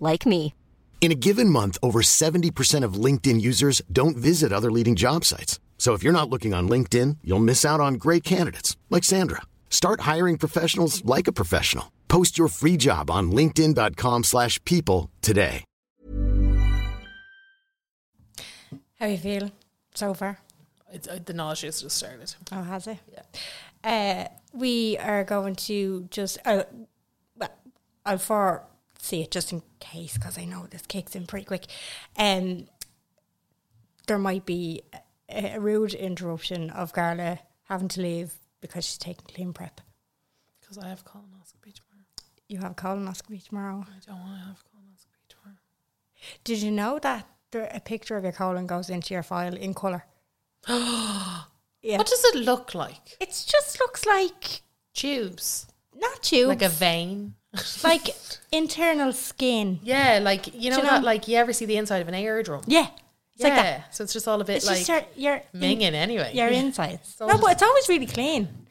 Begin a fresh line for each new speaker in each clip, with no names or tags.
like me.
In a given month, over 70% of LinkedIn users don't visit other leading job sites. So if you're not looking on LinkedIn, you'll miss out on great candidates like Sandra. Start hiring professionals like a professional. Post your free job on linkedin.com/people slash people today.
How you feel so far?
It's, uh, the knowledge has just started.
Oh, has it? Yeah. Uh, we are going to just. Uh, well, I'll foresee it just in case because I know this kicks in pretty quick. Um, there might be a, a rude interruption of Garla having to leave because she's taking clean prep.
Because I have colonoscopy tomorrow.
You have colonoscopy tomorrow.
I don't want to have colonoscopy tomorrow.
Did you know that there, a picture of your colon goes into your file in color? yeah.
What does it look like?
It just looks like
Tubes.
not you,
Like a vein.
like internal skin.
yeah, like you know
Do you
that
know-
like you ever see the inside of an eardrum?
Yeah, it's
yeah.
like that.
So it's just all a bit
It's
like
just your, your in-
minging anyway.
your insides.
all
no, but
just-
it's always really clean.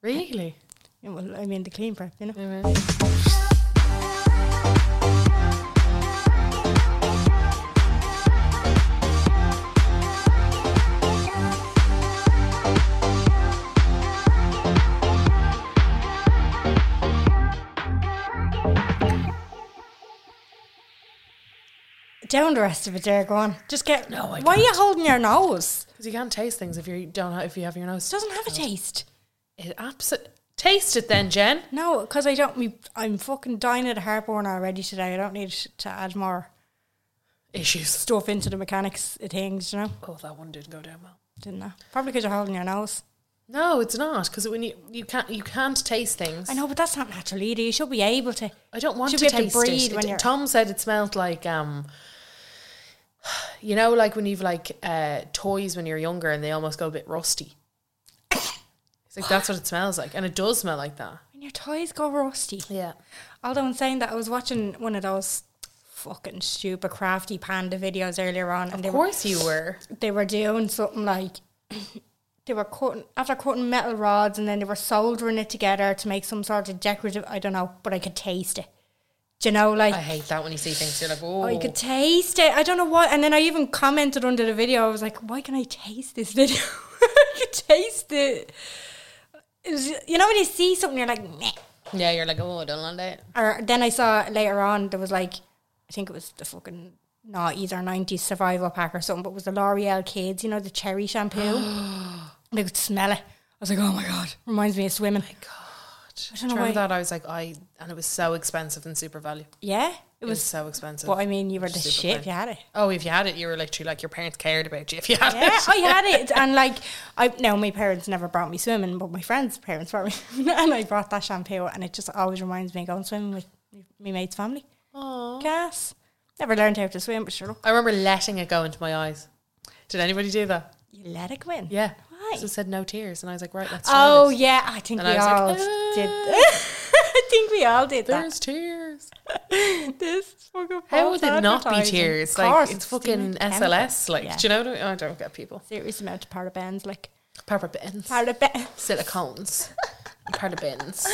Really?
Yeah, Well, I mean the clean prep, you know. Down the rest of it there, go on. Just get.
No, I
Why are you holding your nose?
Because you can't taste things if you don't have, if you have your nose.
It doesn't have a taste.
It absolutely taste it then, Jen.
No, because I don't. we- I'm fucking dying at heartburn already today. I don't need to add more
Issues.
stuff into the mechanics of things, you know?
Oh, that one didn't go down well.
Didn't I? Probably because you're holding your nose.
No, it's not because when you you can't you can't taste things.
I know, but that's not natural either. You should be able to.
I don't want
Should
to
we have to
taste
breathe
it.
when
It-
you're-
Tom said it smelled like um you know like when you've like uh toys when you're younger and they almost go a bit rusty. It's like that's what it smells like and it does smell like that.
When your toys go rusty.
Yeah.
Although in saying that, I was watching one of those fucking stupid crafty panda videos earlier on, and they
Of course you were.
were they were doing something like they were cutting after cutting metal rods, and then they were soldering it together to make some sort of decorative. I don't know, but I could taste it. Do you know, like
I hate that when you see things you're like, "Oh,
I could taste it. I don't know why. And then I even commented under the video. I was like, why can I taste this video? I could taste it. It was, you know when you see something, you're like, meh.
Yeah, you're like, "Oh, I don't want that."
Or then I saw later on there was like, I think it was the fucking noughties or nineties survival pack or something, but it was the L'Oreal Kids, you know, the cherry shampoo. they could smell it. I was like, oh my god, reminds me of swimming.
I
don't know
Oh Remember
why.
that I was like, I and it was so expensive in super value.
Yeah, it,
It was
was.
so expensive.
But I mean, you were the
Super
shit.
fun.
if You had it.
oh, if you had it, you were literally like your parents cared about you if you had
Yeah,
it.
I had it, and like I no, my parents never brought me swimming, but my friends' parents brought me, swimming, and I brought that shampoo, and it just always reminds me of going swimming with my mate's family. Gas. Never learned how to swim, but sure, look,
I remember letting it go into my eyes. Did anybody do that?
you let it go in.
Yeah.
Why?
So it said no tears, and I was like, right, let's. try
Oh
this.
yeah, I think
And
we
I was like, "Ah."
all did. I think we all did
There's tears.
that. This fucking
How would
false
it not be
advertising.
tears?
Of
Like
course,
it's fucking
doing chemical.
SLS. Like,
Yeah.
do you know? What I, mean? I don't get people.
serious amount of parabens, like
Parabens,
parabens.
silicones, parabens.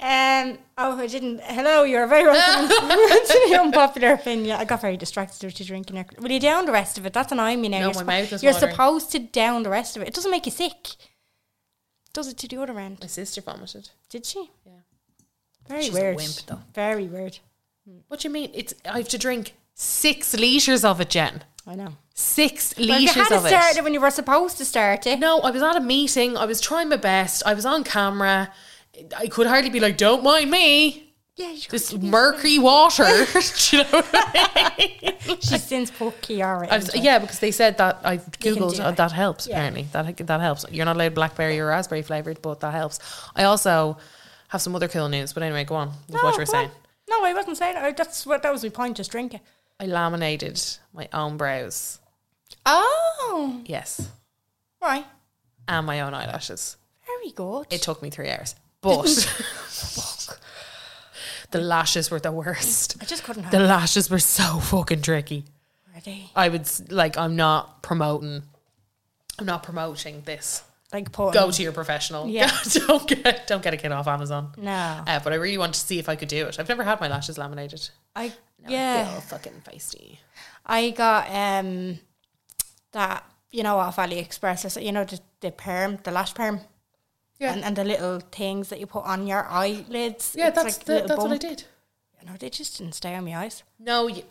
Um, oh, I didn't. Hello, you're very welcome to the unpopular opinion. I got very distracted with you drinking. Your, will you down the rest of it? That's an I mean.
No, my mouth is
You're
watering.
supposed to down the rest of it. It doesn't make you sick. Does it to the other end?
My sister vomited.
Did she?
Yeah.
Very
She's a
weird.
wimp, though.
Very weird.
What do you mean? It's I have to drink six liters of it, Jen.
I know.
Six
Well,
liters
you had
of
it started
it.
when you were supposed to start it.
No, I was at a meeting. I was trying my best. I was on camera. I could hardly be like, "Don't mind me."
Yeah, you
This murky water. Do you know what I mean?
she's since put Kiara.
I was,
into it.
yeah, because they said that I googled
do
uh,
it.
that helps.
Yeah.
Apparently, that that helps. You're not allowed blackberry or raspberry flavored, but that helps. I also have some other cool news. But anyway, go on with
No,
Ah, what you were
go on.
saying.
No, I wasn't saying it. That's what that was my point. Just drink it.
I laminated my own brows.
Oh,
Yes.
right.
And my own eyelashes.
Very good.
It took me three hours. But the lashes were the worst.
I just couldn't
The
have
lashes were so fucking tricky.
ready.
I would s- like I'm not promoting I'm not promoting this.
Like put
Go to your professional.
Yeah.
don't get don't get a kid off Amazon.
No.
Uh, but I really wanted to see if I could do it. I've never had my lashes laminated.
I
No, I
yeah.
feel fucking feisty.
I got um that you know off AliExpress. I said, You know the, the perm, the lash perm.
Yeah.
And, and the little things that you put on your eyelids.
Yeah,
It's
that's
like a
the,
little
that's what I
bump.
did.
No, they just didn't stay on my eyes.
No. You,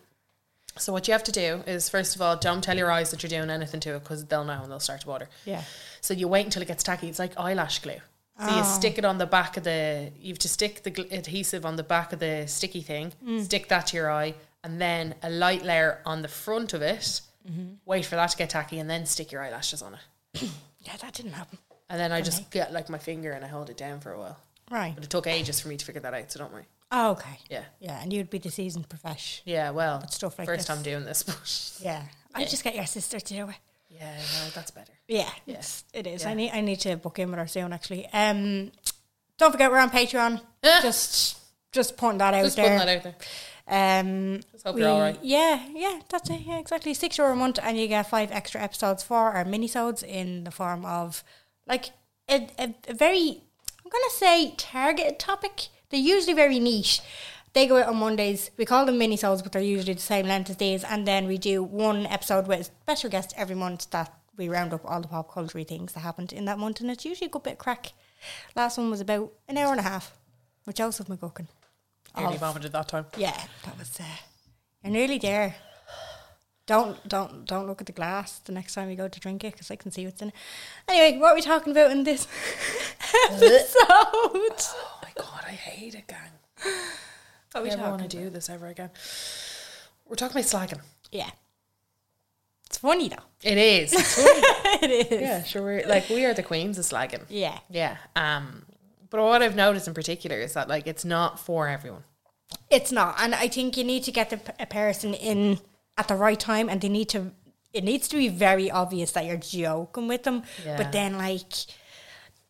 so what you have to do is first of all, don't tell your eyes that you're doing anything to it because they'll know and they'll start to water.
Yeah.
So you wait until it gets tacky. It's like eyelash glue. So
Ah.
you stick it on the back of the. You have to stick the gl- adhesive on the back of the sticky thing.
Mm.
Stick that to your eye, and then a light layer on the front of it.
Mm-hmm.
Wait for that to get tacky, and then stick your eyelashes on it.
Yeah, that didn't happen.
And then I just get like my finger and I hold it down for a while.
Right.
But it took ages for me to figure that out. So don't worry.
Oh, okay.
Yeah.
Yeah, and you'd be the seasoned profesh.
Yeah. Well,
stuff like
first
this.
time doing this, but
Yeah. I just get your sister to do it.
yeah, no, that's better.
Yeah, it's, it is. I need I need to book in with her soon. Actually, um, don't forget we're on Patreon.
Ah.
Just just pointing that out
Just
there.
putting that out there.
Um,
Just hope you're all right.
Yeah, yeah, that's it. Yeah, exactly. Six euro a month, and you get five extra episodes for our minisodes in the form of like a, a, a very I'm gonna say targeted topic. They're usually very niche. They go out on Mondays. We call them minisodes, but they're usually the same length as these. And then we do one episode with a special guest every month that we round up all the pop culture things that happened in that month, and it's usually a good bit of crack. Last one was about an hour and a half with Joseph McGuckin.
Nearly vomited that time.
Yeah, that was. Uh, you're nearly there. Don't don't don't look at the glass the next time you go to drink it because I can see what's in it. Anyway, what are we talking about in this episode?
Oh my god, I hate it, gang.
What are we
I never
talking
want to do this ever again. We're talking about slagging.
Yeah, it's funny though.
It is.
it is.
yeah, sure. We're, like we are the queens of slagging.
Yeah.
Yeah. Um, but what I've noticed in particular is that like it's not for everyone.
It's not, and I think you need to get the p- a person in at the right time, and they need to. It needs to be very obvious that you're joking with them,
Yeah.
but then like,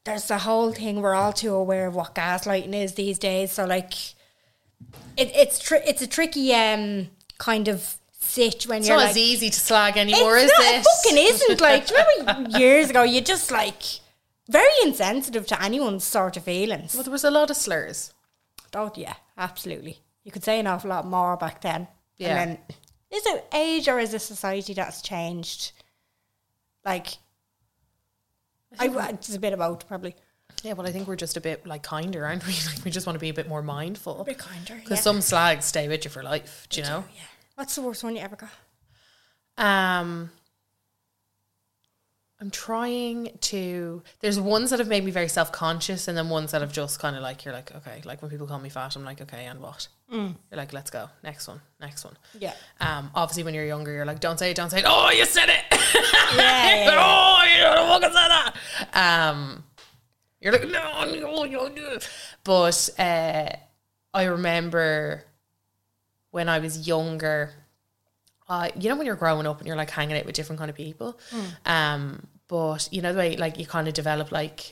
there's the whole thing. We're all too aware of what gaslighting is these days, so like, it, it's tr- it's a tricky um kind of sit when
It's
you're
not
like,
as easy to slag anymore,
it's
is
not,
it?
fucking isn't. Like, do you remember years ago, you just like very insensitive to anyone's sort of feelings.
Well, there was a lot of slurs.
Oh yeah, absolutely. You could say an awful lot more back then.
Yeah.
And then, is it age or is it society that's changed? Like, I, it's a bit of both probably.
Yeah, well, I think we're just a bit like kinder, aren't we? Like we just want to be a bit more mindful.
bit kinder.
Because some slags stay with you for life. Do you know?
What's the worst one you ever got?
Um, I'm trying to. There's ones that have made me very self conscious, and then ones that have just kind of like you're like, okay, like when people call me fat, I'm like, okay, and what? You're like, let's go, next one, next one.
Yeah.
Um, obviously when you're younger, you're like, don't say it, don't say it. Oh, you said it.
Yeah, yeah, yeah.
oh, you don't fucking say that. Um, you're like, no, no, no, no. But uh, I remember when I was younger. I you know when you're growing up and you're like hanging out with different kind of people, um, but you know the way like you kind of develop like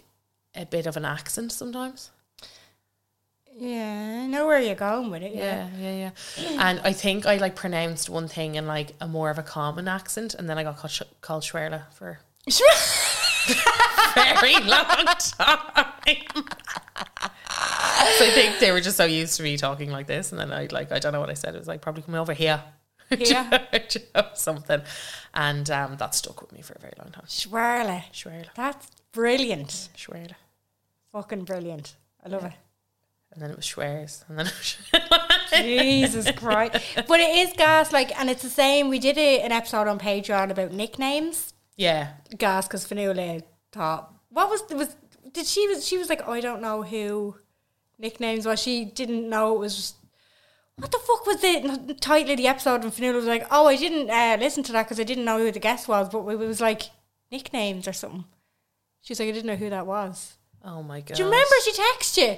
a bit of an accent sometimes.
Yeah, I know where you're going with it. Yeah.
Yeah, yeah, yeah. And I think I like pronounced one thing in like a more of a common accent, and then I got called, sh- called Schwerla for very long time. so I think they were just so used to me talking like this, and then I like I don't know what I said. It was like probably come over here,
Here.
something, and um, that stuck with me for a very long time.
Schwerle.
Schwerla,
That's brilliant.
Schwerla,
Fucking brilliant. I love it.
and then it was Schwers, and then it was
Jesus Christ. But it is gas, like, and it's the same. We did a, an episode on Patreon about nicknames.
yeah,
gas because Fanula thought what was was did she was she was like oh, I don't know who nicknames was she didn't know it was what the fuck was the title of the episode and Fanula was like oh I didn't uh, listen to that because I didn't know who the guest was but it was like nicknames or something she was like I didn't know who that was
oh my god.
do you remember she texted you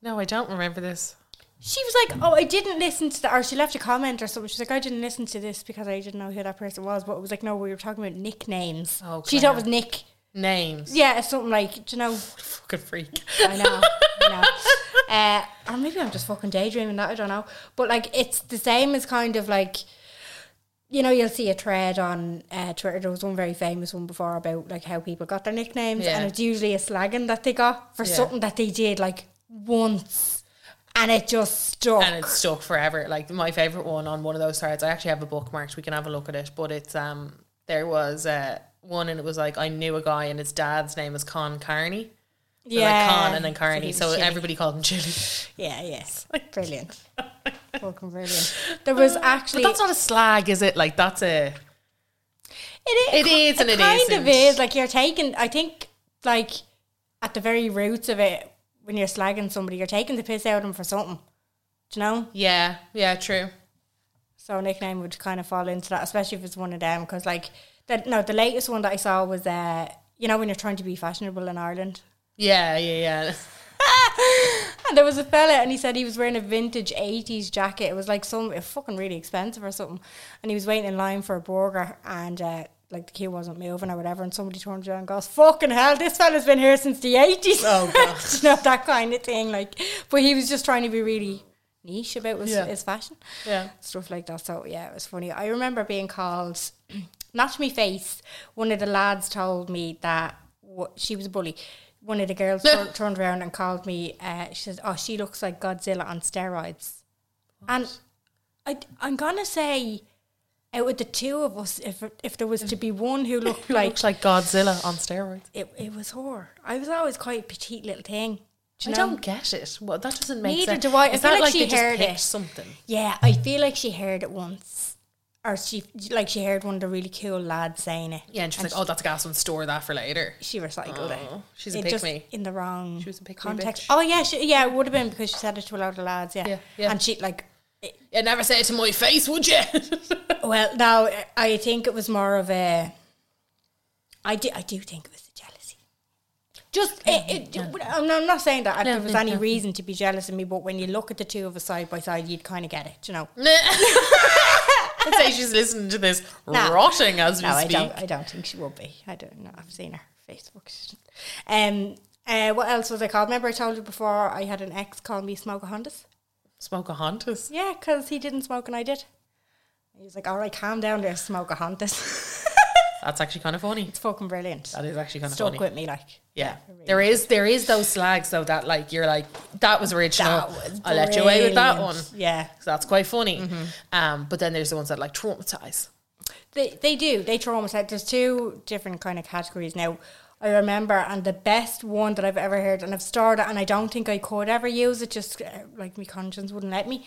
No, I don't remember this.
She was like, "Oh, I didn't listen to the," or she left a comment or something. She's like, "I didn't listen to this because I didn't know who that person was." But it was like, "No, we were talking about nicknames."
Oh,
she thought it
Claire.
was Nick.
Names.
Yeah, something like, do you know?
Fucking freak.
I know, I know. Uh, or maybe I'm just fucking daydreaming that. I don't know. But like, it's the same as kind of like, you know, you'll see a thread on uh, Twitter. There was one very famous one before about like how people got their nicknames,
Yeah.
and it's usually a slagging that they got for
Yeah.
something that they did like once, and it just stuck.
and it's stuck forever. Like my favorite one on one of those threads, I actually have a bookmarked. We can have a look at it, but it's um there was uh, one and it was like I knew a guy and his dad's name was Con Carney. So, like Con and then Carney.
he
So,
was shitty.
everybody called him Chili.
yeah, yes, brilliant, fucking brilliant. There was
But
actually
that's not a slag, is it? Like that's a
It is,
It is and it
kind of
isn't.
is. Like you're taking, I think, like at the very roots of it, when you're slagging somebody, you're taking the piss out of them for something. Do you know?
yeah, yeah, true.
So a nickname would kind of fall into that, especially if it's one of them. Because like that, no, the latest one that I saw was uh, you know, when you're trying to be fashionable in Ireland.
Yeah, yeah, yeah.
And there was a fella, and he said he was wearing a vintage '80s jacket. It was like some it was fucking really expensive or something. And he was waiting in line for a burger, and uh, like the queue wasn't moving or whatever. And somebody turned around and goes, "Fucking hell, this fella's been here since the '80s."
Oh, God.
you know that kind of thing. Like, but he was just trying to be really niche about his,
Yeah.
his fashion,
Yeah.
stuff like that. So yeah, it was funny. I remember being called, not to me face. One of the lads told me that wha- she was a bully. One of the girls tur- turned around and called me. Uh, she said, "Oh, she looks like Godzilla on steroids," and I, I'm gonna say. Out of the two of us, if if there was to be one who looked
Who
like
looks like Godzilla on steroids.
it, it was her. I was always quite a petite little thing. Do you
I
know?
don't get it. Well, that doesn't make
Neither
sense.
do I. I
Is
feel
that
like
like
she
they just
heard
picked
it.
something?
Yeah, I feel like she heard it once, or she like she heard one of the really cool lads saying it.
Yeah, and she's like, "Oh, that's a gas one. Store that for later."
She recycled it.
Oh, she's a
It just
pick-me.
in the wrong
She was a pick-me
context.
bitch.
Oh yeah, she, yeah, it would have been because she said it to a lot of lads. Yeah,
Yeah, yeah.
and she like.
You never say it to my face, would you?
Well, no, I think it was more of a. I do, I do think it was the jealousy. Just, it, it, I'm not- I'm not saying that there was any reason to be jealous of me, but when you look at the two of us side by side, you'd kind of get it, you know.
Let's say she's listening to this
No.
rotting as we
No, I
speak.
don't. I don't think she would be. I don't know. I've seen her Facebook. She- Um. Uh, what else was I called? Remember, I told you before I had an ex call me Smoke a Hondas.
Smoke a Hondas.
Yeah, because he didn't smoke and I did. He was like, "All right, calm down, there, Smoke a Hondas."
That's actually kind of funny.
it's fucking brilliant.
That is actually kind of
Stuck
funny.
with me, like.
Yeah. There is there is those slags though that like you're like that was original.
That was
Oh,
Mm-hmm.
I let you away with that one.
brilliant. Yeah,
So that's quite funny. Um, but then there's the ones that like traumatize.
They they do. They traumatize. There's two different kind of categories now. I remember, and the best one that I've ever heard, and I've starred it, and I don't think I could ever use it, just uh, like my conscience wouldn't let me.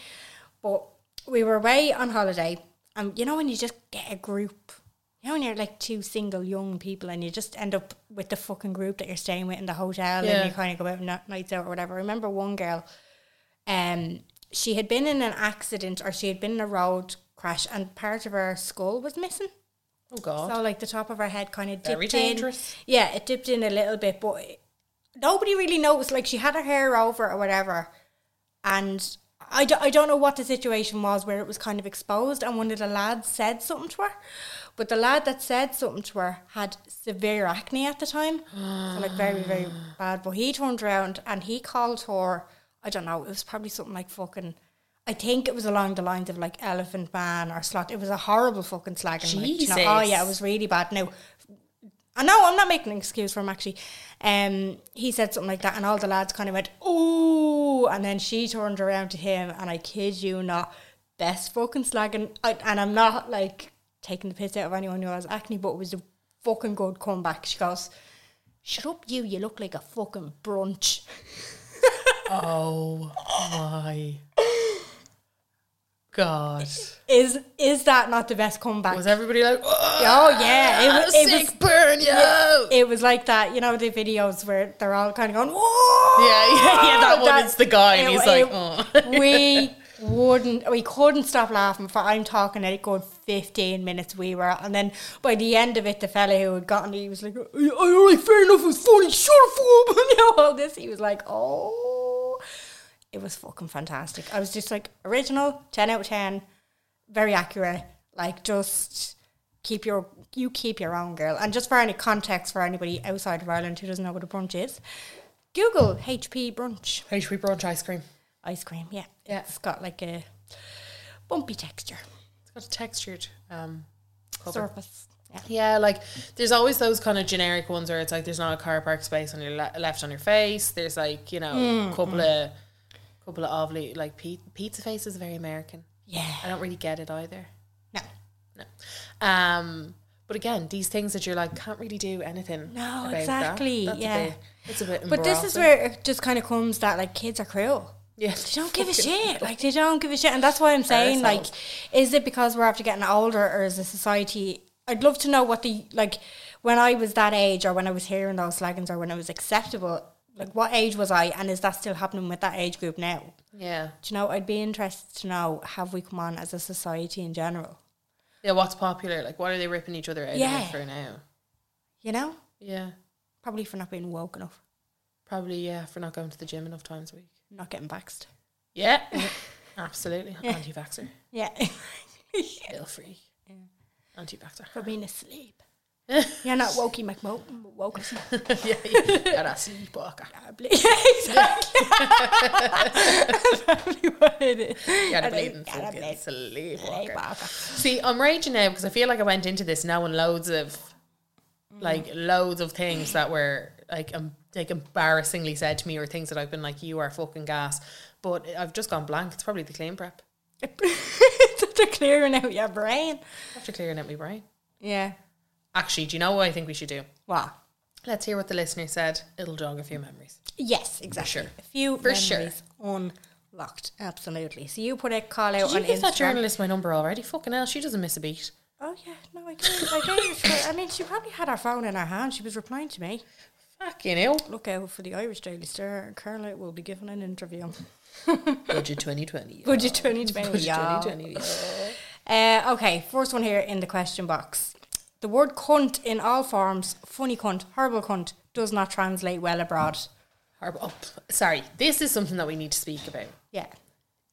But we were away on holiday, and you know when you just get a group, you know when you're like two single young people, and you just end up with the fucking group that you're staying with in the hotel,
Yeah.
and you kind of go out on nights out or whatever. I remember one girl um, she had been in an accident or she had been in a road crash and part of her skull was missing.
Oh god.
So like the top of her head kind of dipped
Very dangerous.
in. Yeah, it dipped in a little bit, but it- nobody really noticed. Like she had her hair over or whatever, and I, do, I don't know what the situation was where it was kind of exposed. And one of the lads said something to her, but the lad that said something to her had severe acne at the time, so like very very bad. But he turned around and he called her. I don't know. It was probably something like fucking. I think it was along the lines of like Elephant Man or Slot. It was a horrible fucking slagging. like, you know, oh
Jesus.
yeah, it was really bad. Now I know I'm not making an excuse for him actually. Um, he said something like that, and all the lads kind of went "ooh," and then she turned around to him, and I kid you not, best fucking slagging. I, and I'm not like taking the piss out of anyone who has acne, but it was a fucking good comeback. She goes, "Shut up, you! You look like a fucking brunch."
Oh my god.
Is is that not the best comeback?
Was everybody like oh,
oh yeah, it was. It
sick
was
burn you out.
it was like that, you know, the videos where they're all kind of going, "Whoa!"
Yeah, yeah, yeah, that one is the guy and
Oh, it-
he's
it-
like, "Oh."
we wouldn't, we couldn't stop laughing for, I'm talking, it good 15 minutes we were, and then by the end of it, the fella who had gotten it, he was like, "Are you- are you all right, fair enough, it was funny, shut up, fool," you know, all this, he was like, oh, It was fucking fantastic. I was just like original, ten out of ten, very accurate. Like just keep your you keep your own girl. And just for any context for anybody outside of Ireland who doesn't know what a brunch is, Google HP brunch
HP brunch ice cream.
ice cream. Yeah,
Yeah.
it's got like a bumpy texture
It's got a textured. Um, cover.
surface. Yeah.
Yeah, like there's always those kind of generic ones where it's like there's not a car park space on your le- left on your face. There's like you know
Mm,
a couple of couple of ovely like pe- pizza face is very American.
Yeah.
I don't really get it either.
No.
No. Um, but again, these things that you're like can't really do anything.
No,
about that.
exactly,
That's
yeah.
a bit, it's a bit.
But this is
embarrassing.
where it just kind of comes that like kids are cruel.
yeah,
They don't give a shit. Like they don't give a shit, and that's why I'm saying like, is it because we're after getting older, or is the society? I'd love to know what the like when I was that age, or when I was hearing those slogans, or when it was acceptable. Like, what age was I, and is that still happening with that age group now?
Yeah,
Do you know? I'd be interested to know have we come on as a society in general?
yeah. What's popular? Like, what are they ripping each other out
Yeah.
of for now?
You know,
Yeah,
probably for not being woke enough,
probably yeah for not going to the gym enough times a week.
not getting vaxxed.
Yeah, absolutely. Anti-vaxxer,
Yeah,
ill free. Anti-vaxxer.
for being asleep. You're not wokey McMo woke.
yeah, yeah. Got a sleepwalker.
Probably. Yeah, exactly. Probably what it is.
Got a
I think-
bleeding
gotta
fucking
bleed.
sleepwalker.
Sleepwalker.
See, I'm raging now because I feel like I went into this knowing loads of, like, loads of things that were like, um, like embarrassingly said to me or things that I've been like, you are fucking gas. But I've just gone blank. It's probably the clean prep
They're clearing out your brain.
after clearing out my brain.
Yeah.
Actually, do you know what I think we should do?
Wow.
Let's hear what the listener said. It'll jog a few memories.
Yes, exactly.
sure.
A few
For sure.
memories unlocked. Absolutely. So you put a call out
Did you
on
give
Instagram.
that journalist my number already? Fucking hell, she doesn't miss a beat.
Oh yeah, no, I gave, I gave. her- I mean, she probably had her phone in her hand. She was replying to me.
Fucking hell.
Look out for the Irish Daily Star. Carlisle will be giving an interview.
Budget 2020.
Would you turn it back? Yeah. Uh, okay, first one here in the question box. The word cunt in all forms, funny cunt, horrible cunt, does not translate well abroad.
Harb- oh, sorry, this is something that we need to speak about.
Yeah.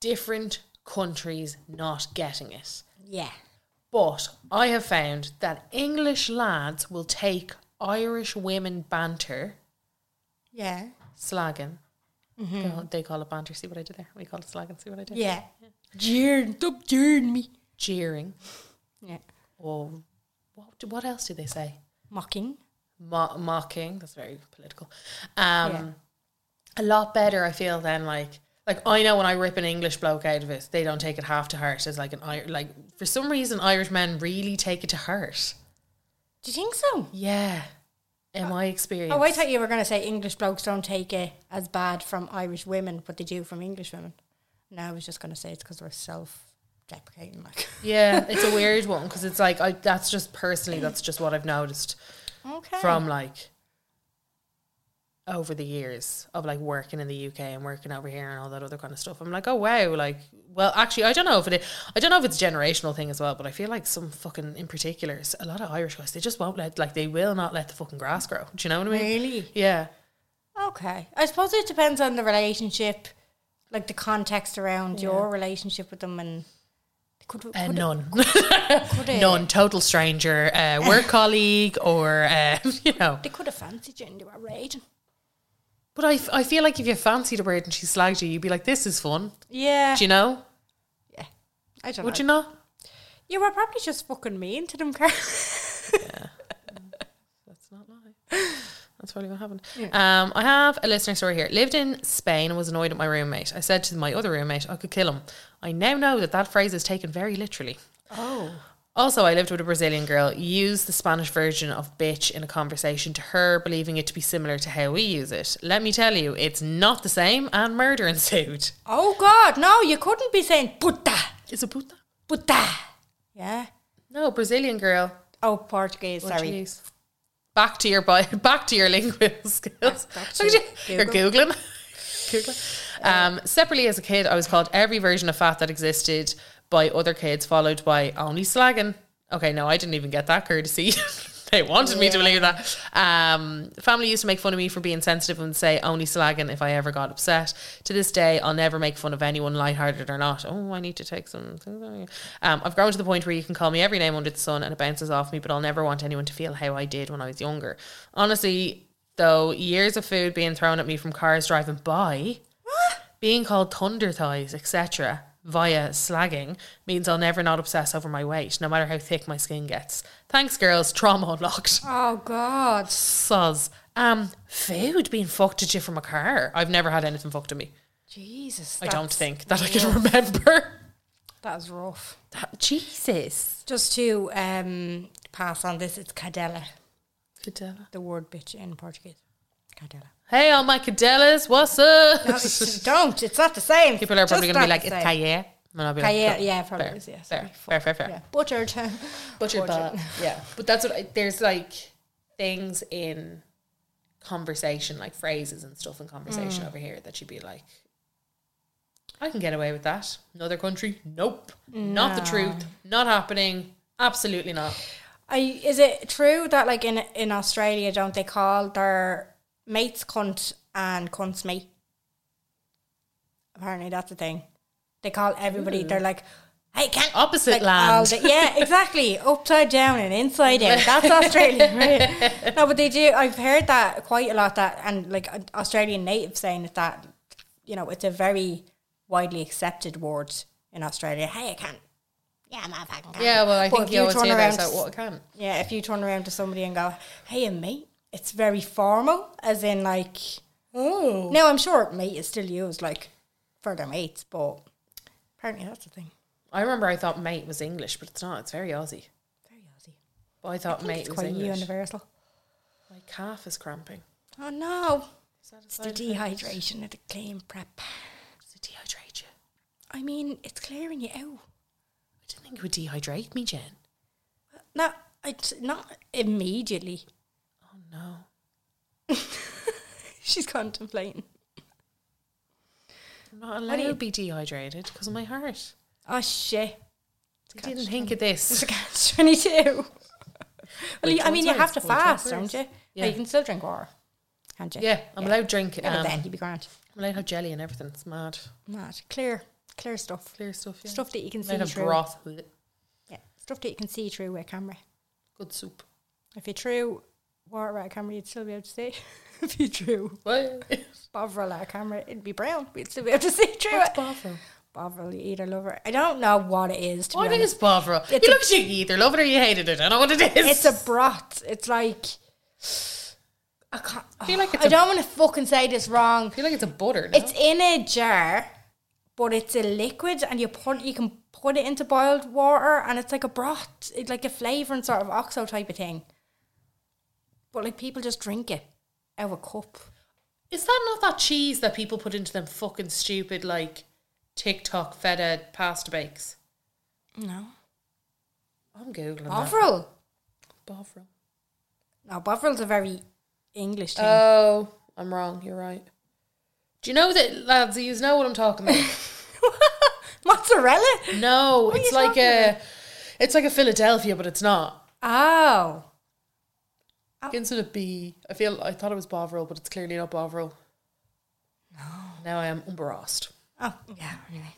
Different countries not getting it.
Yeah.
But I have found that English lads will take Irish women banter,
Yeah.
slagging. They- They call it banter. See what I did there? We call it slagging. See what I did?
Yeah. Jeering, stop jeering me.
Jeering.
Yeah.
Or what, do- what else do they say?
Mocking.
Mo- mocking. That's very political. Um, a lot better. I feel than like like I know when I rip an English bloke out of it, they don't take it half to heart. As like an Ir- like for some reason Irish men really take it to heart.
Do you think so?
Yeah, in my experience.
Oh, I thought you were going to say English blokes don't take it as bad from Irish women, but they do from English women. No, I was just going to say it's because we're self deprecating. Like,
yeah, it's a weird one because it's like I that's just personally that's just what I've noticed
okay.
from like over the years of like working in the UK and working over here and all that other kind of stuff. I'm like, oh wow, like well actually I don't know if it I don't know if it's a generational thing as well, but I feel like some fucking in particular s- a lot of Irish guys they just won't let like they will not let the fucking grass grow. Do you know what I mean?
Really?
Yeah.
Okay. I suppose it depends on the relationship, like the context around your relationship with them and could, could,
Uh, none.
could it-
none. Total stranger, uh, work colleague or uh, you know.
They could have fancied you and you were raging.
But I, f- I feel like if you fancied a bird and she slagged you, you'd be like, this is fun.
Yeah.
Do you know?
yeah. I don't
Would
know.
you not?
You were probably just fucking mean to them, Carl.
That's not lie. That's probably what happened. Um, I have a listener story here. Lived in Spain and was annoyed at my roommate. I said to my other roommate, I could kill him. I now know that that phrase is taken very literally.
oh.
Also, I lived with a Brazilian girl, used the Spanish version of bitch in a conversation to her, believing it to be similar to how we use it. Let me tell you, it's not the same, and murder ensued.
Oh, God. No, you couldn't be saying puta,
Is it puta?
puta. Yeah.
No, Brazilian girl.
Oh, Portuguese, sorry.
Portuguese. Back to your bio, back to your lingual skills.
back to
Look at you. You're
Google.
googling. googling. Um, separately, as a kid, I was called every version of fat that existed by other kids, followed by only slagging. Okay, no, I didn't even get that courtesy. they wanted me to believe that. Um, family used to make fun of me for being sensitive and say only slagging if I ever got upset. To this day, I'll never make fun of anyone, lighthearted or not. Oh, I need to take some things. on you. Um, I've grown to the point where you can call me every name under the sun and it bounces off me, but I'll never want anyone to feel how I did when I was younger. Honestly, though, years of food being thrown at me from cars driving by being called thunder thighs, etc., via slagging means I'll never not obsess over my weight, no matter how thick my skin gets. Thanks, girls. Trauma unlocked.
Oh God.
Soz. Um, food being fucked at you from a car. I've never had anything fucked at me.
Jesus.
I don't
that's-
think that I can remember.
That was rough.
That, Jesus.
Just to um, pass on this, it's cadela,
Cadela.
the word bitch in Portuguese. Cadela.
Hey, all my cadellas, what's up?
No, it's, don't. It's not the same.
People are probably
Just
going to be
not
like,
the
it's
same.
Kaye. And I'll be
Kaye,
like,
yeah, probably
fair,
is, yeah,
fair,
sorry,
fair, fair, fair.
Yeah, buttered.
butcher
Butchered.
butt. Yeah, but that's what I, there's like things in conversation, like phrases and stuff in
Mm.
conversation over here that you'd be like, I can get away with that. Another country, nope, not the truth, not happening, absolutely not.
I, is it true that like in in Australia, don't they call their mates cunt and cunts mate? Apparently, that's a thing. They call everybody. They're like, hey, can't
Hmm.
like,
Opposite
all
land.
the- yeah, exactly. Upside down and inside out. That's Australia. Right? No, but they do. I've heard that quite a lot. That and like Australian natives saying that that you know it's a very widely accepted word in Australia. Hey, I can't. Yeah, I'm fucking. Can't.
yeah, well, I
Ah, But
think
if
you always
turn
hear
around
that. Like,
to-
what I can.
yeah, if you turn around to somebody and go, "Hey, mate," it's very formal, as in like.
Oh,
No, I'm sure mate is still used like for their mates, but apparently that's the thing.
I remember I thought mate was English, but it's not. It's very Aussie.
Very Aussie.
But I thought
I think
mate
it's
was
quite
English.
universal.
My calf is cramping.
Oh no,
Is that a
it's the
sign?
dehydration of the clean prep.
Does it dehydrate you?
I mean, it's clearing you out.
I didn't think it would dehydrate me, Jen.
Not, it's not immediately.
Oh no.
She's contemplating.
I'm not
What
allowed
do you-
to be dehydrated because of my heart.
Oh shit.
I didn't think of this.
It's a catch 22. Well,
Wait,
you, I mean, you
sometimes-
have to
well, sometimes.
fast, don't you? Yeah.
Yeah.
you can still drink water, can't you?
Yeah, I'm allowed to drink. Um,
Yeah, but then
I'm
you'd be grand.
allowed to have jelly and everything. It's mad.
Mad. Clear, clear stuff.
Clear stuff. Yeah.
Stuff that you can
Allowed to
see
have
through.
broth. Blech.
Yeah, stuff that you can see through a camera.
Good soup.
If you threw water at a camera, you'd still be able to see. if you threw
What?
Bovril at a camera, it'd be brown. We'd still be able to see through it.
Bovril.
Bovril, you either love it. I don't know what it is. To be
What
honest.
is Bovril? You
It's a-
look at you, you either love it or you hated it. I know what it is.
It's a broth. It's like. I, can't, I
feel like it's
I
a-
don't want to fucking say this wrong.
I feel like it's a butter. No?
It's in a jar, but it's a liquid, and you put you can put it into boiled water, and it's like a broth, it's like a flavouring sort of oxo type of thing. But like people just drink it out of a cup.
Is that not that cheese that people put into them fucking stupid like TikTok feta pasta bakes?
No,
I'm googling that.
bovril.
Bovril.
No, bovril's a very English thing.
Oh, I'm wrong. You're right. Do you know that, lads? You know what I'm talking about.
Mozzarella.
No,
What are
it's
you
like
talking
a, it's like a Philadelphia, but it's not.
Oh,
Begins with a B. I feel I thought it was Bovril, but it's clearly not Bovril. No. Now I am embarrassed.
oh yeah. Anyway,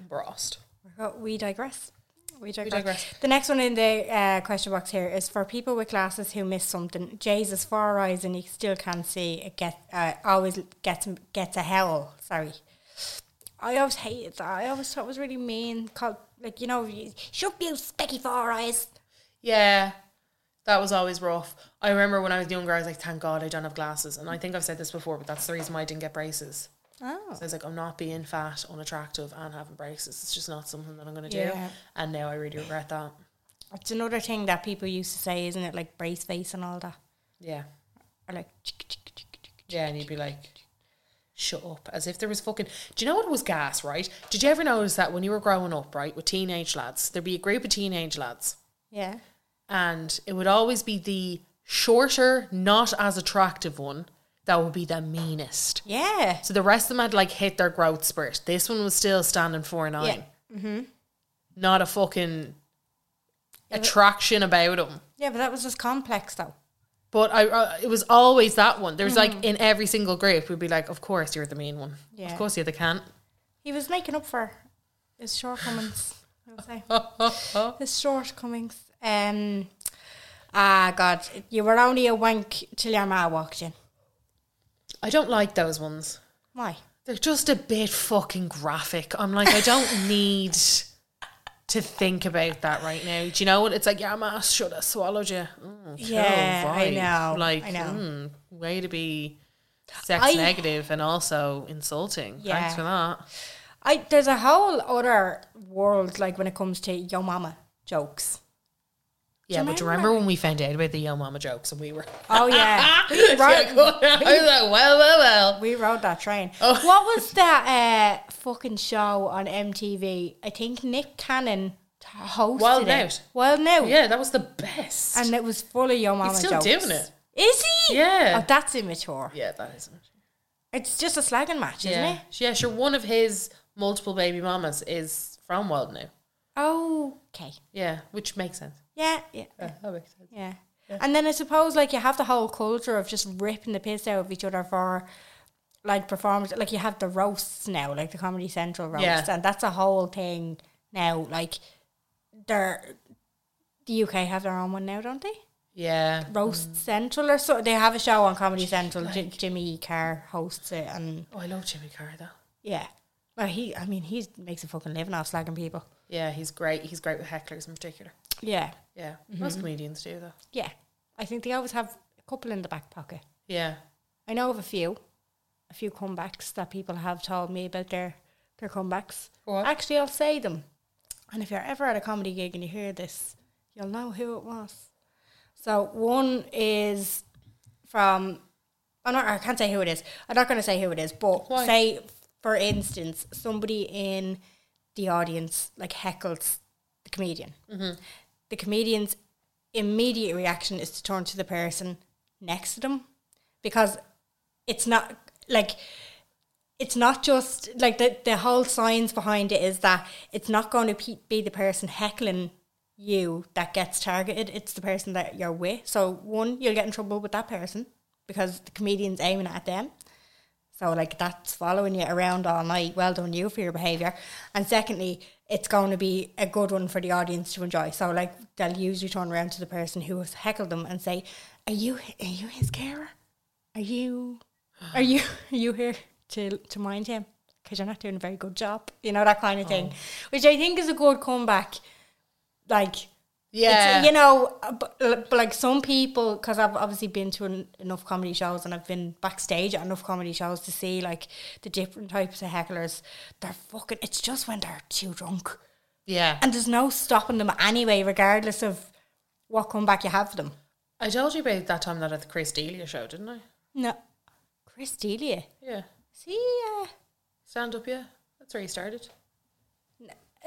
Embarrassed.
Well, Oh, we digress. We digress.
digress.
The next one in the uh, question box here is for people with glasses who miss something. Jay's is four eyes and he still can't see. It get uh, always gets gets a howl. Sorry, I always hated that. I always thought it was really mean. Called like you know, you- shut up, you specky four eyes.
Yeah, that was always rough. I remember when I was younger, I was like, "Thank God I don't have glasses." And I think I've said this before, but that's the reason why I didn't get braces.
Oh,
So I was like, I'm not being fat, unattractive, and having braces. It's just not something that I'm going to do.
Yeah.
And now I really regret that.
it's another thing that people used to say, isn't it? Like brace face and all that.
Yeah.
Or like chick, chick, chick, chick, chick.
Yeah, and you'd be like, shut up, as if there was fucking. Do you know what was gas, right? Did you ever notice that when you were growing up, right, with teenage lads, there'd be a group of teenage lads,
yeah.
and it would always be the shorter, not as attractive one that would be the meanest.
Yeah.
So the rest of them had like hit their growth spurt. This one was still standing 4 9.
Yeah.
Not a fucking attraction about him.
Yeah, but that was just complex though.
But I, I, it was always that one. There was like in every single group, we'd be like, "Of course you're the mean one.
Yeah.
Of course you're the cunt."
He was making up for his shortcomings. I would say. his shortcomings. Um, ah, God, you were only a wank till your ma walked in.
I don't like those ones.
Why?
They're just a bit fucking graphic. I'm like, I don't need to think about that right now. Do you know what? It's like, yeah, ma should have swallowed you. Mm, cool,
Yeah, I
vibe.
know,
Like,
I know.
mm, way to be sex
I-
negative and also insulting.
Yeah.
Thanks for that.
I there's a whole other world like when it comes to yo mama jokes.
Yeah, but do you remember when we found out about the yo mama jokes and we were
Oh yeah, we
like,
rode,
I was like, well, well, well.
we rode that train. What was that uh, fucking show on MTV? I think Nick Cannon t- hosted it.
Wild and Out.
Wild and Out.
Yeah, that was the best.
and it was full of yo mama
still
jokes.
doing it.
Is he?
Yeah.
Oh, that's immature.
yeah, that is.
It's just a slagging match, isn't
Yeah,
it?
yeah, sure. One of his multiple baby mamas is from Wild Now.
Okay.
Yeah, which makes sense.
Yeah, yeah, yeah.
That makes sense.
yeah. And then I suppose like you have the whole culture of just ripping the piss out of each other for like performance. Like you have the roasts now, like the Comedy Central roasts,
Yeah.
and that's a whole thing now. Like they're the UK have their own one now, don't they?
Yeah,
Roast Central or so. They have a show on Comedy Central. Ji- Jimmy Carr hosts it, and
Oh, I love Jimmy Carr though.
yeah, well, he. I mean, he makes a fucking living off slagging people.
Yeah, he's great. He's great with hecklers in particular.
Yeah,
Yeah,
Mm-hmm.
most comedians do though.
yeah. I think they always have a couple in the back pocket.
Yeah,
I know of a few, a few comebacks that people have told me about their their comebacks.
What?
Actually, I'll say them. And if you're ever at a comedy gig and you hear this, you'll know who it was. So one is from. I'm not, I can't say who it is. I'm not going to say who it is, but
Why?
say, for instance, somebody in the audience like heckles the comedian. The comedian's immediate reaction is to turn to the person next to them because it's not like it's not just like the, the whole science behind it is that it's not going to pe- be the person heckling you that gets targeted it's the person that you're with so one you'll get in trouble with that person because the comedian's aiming at them so like that's following you around all night well done you for your behavior and secondly it's going to be a good one for the audience to enjoy so like they'll usually turn around to the person who has heckled them and say are you are you his carer are you are you are you here to to mind him because you're not doing a very good job you know that kind of thing
Oh.
which i think is a good comeback like
yeah.
it's, you know, uh, but, but like some people, because I've obviously been to en- enough comedy shows and I've been backstage at enough comedy shows to see like the different types of hecklers. They're fucking. It's just when they're too drunk,
yeah.
and there's no stopping them anyway, regardless of what comeback you have for them.
I told you about that time that at the Chris Delia show, didn't I?
No, Chris Delia.
Yeah,
See, uh,
stand up. Yeah, that's where he started.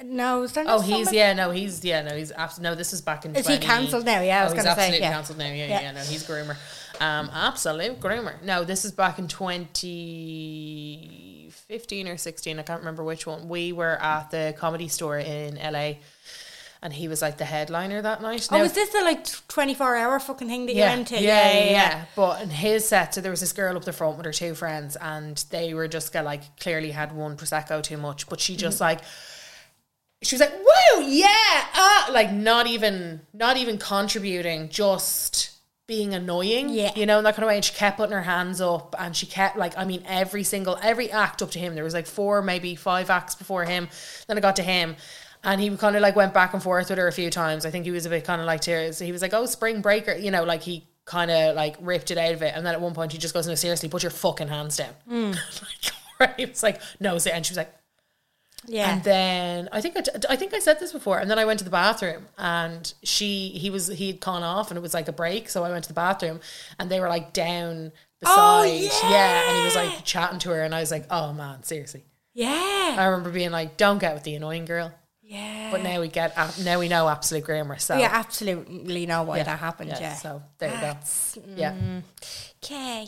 no, is there
Oh,
not
he's
someone-
yeah. No, he's yeah. No, he's abs- no. This is back in.
Is he
20
cancelled now? Yeah, I was
oh,
gonna
he's
say,
absolutely
yeah.
cancelled now. Yeah,
Yeah.
yeah, No, he's groomer. Um, absolute groomer. No, this is back in 2015 or 16. I can't remember which one. We were at the comedy store in LA, and he was like the headliner that night.
Oh,
Now-
is this the like twenty four hour fucking thing that you
yeah,
went to?
yeah, yeah, yeah, But in his set, so there was this girl up the front with her two friends, and they were just got, like clearly had one prosecco too much, but she
Mm-hmm.
just like she was like, "Woo, yeah!" Uh, like not even not even contributing, just being annoying,
Yeah.
you know, in that kind of way. And she kept putting her hands up, and she kept like, I mean, every single every act up to him. There was like four, maybe five acts before him. Then it got to him. And he kind of like went back and forth with her a few times. I think he was a bit kind of like tears. He was like, "Oh, spring breaker," you know, like he kind of like ripped it out of it. And then at one point, he just goes, "No, seriously, put your fucking hands down." like, right? He was like, "No," sir," and she was like,
yeah.
and then I think I, t- I think I said this before. And then I went to the bathroom, and she he was he had gone off, and it was like a break. So I went to the bathroom, and they were like down
Oh,
beside, yeah. And he was like chatting to her, and I was like, oh man, seriously.
yeah,
I remember being like, don't get with the annoying girl.
yeah.
uh, But now we get ab- now we know absolute grammar. So
Yeah, absolutely know why that happened. Yeah. mm.
So there you go. Yeah.
Okay.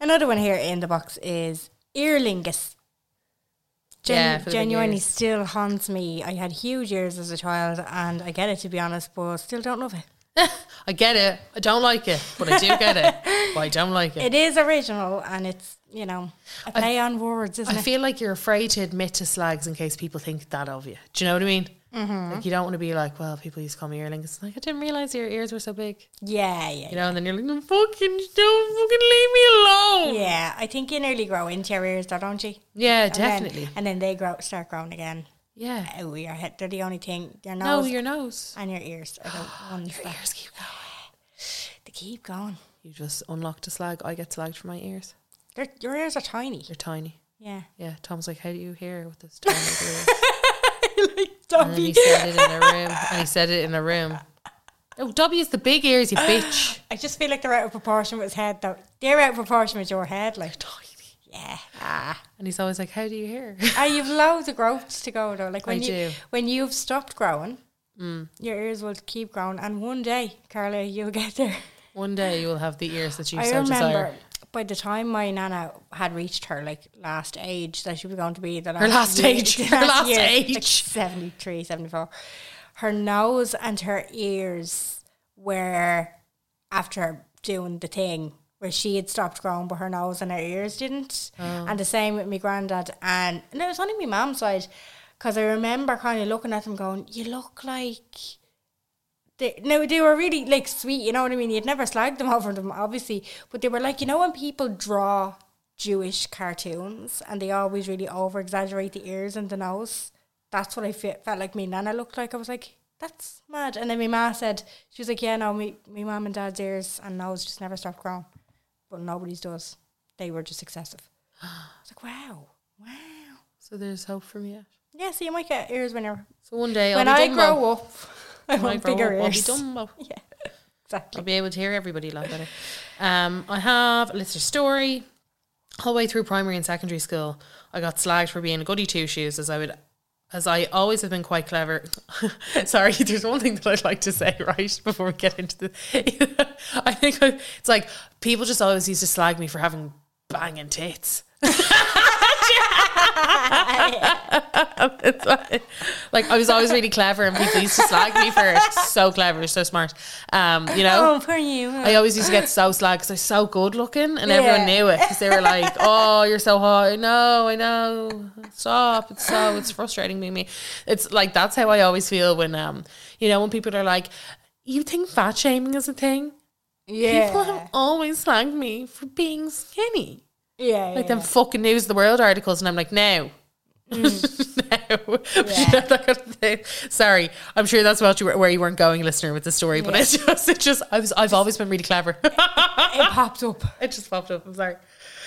Another one here in the box is earlingus. Gen-
Yeah, for the big
genuinely
ears.
still haunts me. I had huge ears as a child, and I get it to be honest, but still don't love it.
I get it. I don't like it, but I do get it. but I don't like it.
It is original, and it's you know a play on words, isn't
I
it?
feel like you're afraid to admit to slags in case people think that of you. Do you know what I mean?
Mm-hmm.
Like you don't want to be like, well, people used to call me earlings. It's like I didn't realize your ears were so big.
yeah, yeah,
You know, and then you're like, no, fucking, don't fucking leave me alone.
yeah. I think you nearly grow into your ears, though, don't you?
Yeah,
And then-
definitely.
and then they grow, start growing again.
yeah.
Oh, your head. They're the only thing. Your
No,
nose
your nose.
and your ears are the ones that
Ears keep going.
they keep going.
You just unlocked a slag. I get slagged for my ears.
They're, your ears are tiny.
They're tiny.
Yeah.
Yeah, Tom's like, how do you hear with this tiny ears?
Don't
And he said it in a room. And he said it in a room. Oh, Dobby is the big ears, you bitch.
I just feel like they're out of proportion with his head, though. They're out of proportion with your head, like. Yeah. Ah.
And he's always like, how do you hear?
Ah, you've loads of growths to go though. Like when
I
you
do. Mm.
when you've stopped growing, your ears will keep growing, and one day, Carla, you'll get there.
One day you will have the ears that you
I
so
remember
desire.
by the time my nana had reached her like last age that she was going to be the last
last
year-
age.
the
Her last
like
age.
73 74 her nose and her ears were after doing the thing where she had stopped growing but her nose and her ears didn't
Oh.
and the same with my granddad and no it was only my mum's side because I remember kind of looking at them going you look like they, no, they were really like sweet, you know what I mean? You'd never slagged them over them, obviously, but they were like, you know, when people draw Jewish cartoons and they always really over exaggerate the ears and the nose, that's what I fe- felt like me Nana looked like. I was like, that's mad. And then my ma said, she was like, yeah, no, me, me mum and dad's ears and nose just never stopped growing, but nobody's does. They were just excessive. I was like, wow, wow.
So there's hope for me yet.
Yeah, so you might get ears when you're.
So one day
when
I'll be
I
Dumbo.
grow up, I
When I
want
grow
bigger
up, I'll be
ears.
Dumbo.
Exactly.
I'll be able to hear everybody a lot better. Um, I have a listener story. All the way through primary and secondary school, I got slagged for being a goody two shoes, as I would, as I always have been quite clever. Sorry, there's one thing that I'd like to say right before we get into the. I think I, it's like people just always used to slag me for having banging tits. It's like- like I was always really clever, and people used to slag me for it. So clever, so smart. Um, you know.
Oh, for you.
I always used to get so slag because I was so good looking and everyone
Yeah.
knew it because they were like, oh, you're so hot. I know, I know. Stop. It's so, it's frustrating me. me. It's like, that's how I always feel when, um, you know, when people are like, you think fat shaming is a thing?
yeah.
People have always slagged me for being skinny.
yeah,
Like
yeah.
them fucking News of the World articles, and I'm like, no.
Mm.
no. You know, that kind of thing. Sorry, I'm sure that's about you where you weren't going, listener, with the story. But it's just, it just, I was, I've always been really clever.
it popped up.
it just popped up. I'm sorry.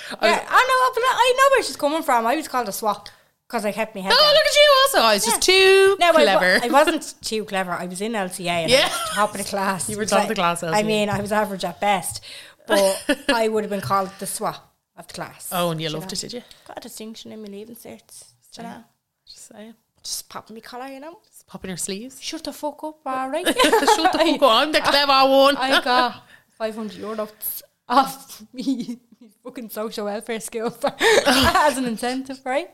I was,
Yeah, I know, but I know where she's coming from. I was called a swat because I kept my head.
oh,
down.
look at you! Also, I was just too
No, I wa-
clever.
I, wasn't too clever. I was in LCA and
Yeah.
I was top of the class.
You were
It's
top of the class,
I
LCA.
mean, I was average at best, but I would have been called the swat of the class.
oh, and you loved it, did you?
Got a distinction in my leaving certs. Do you know?
Just saying.
Just popping me collar, you know.
Just popping your sleeves.
Shut the fuck up, all right?
Shut the fuck up! I'm the clever one.
I got 500 euro off me me fucking social welfare scale for, as an incentive, right?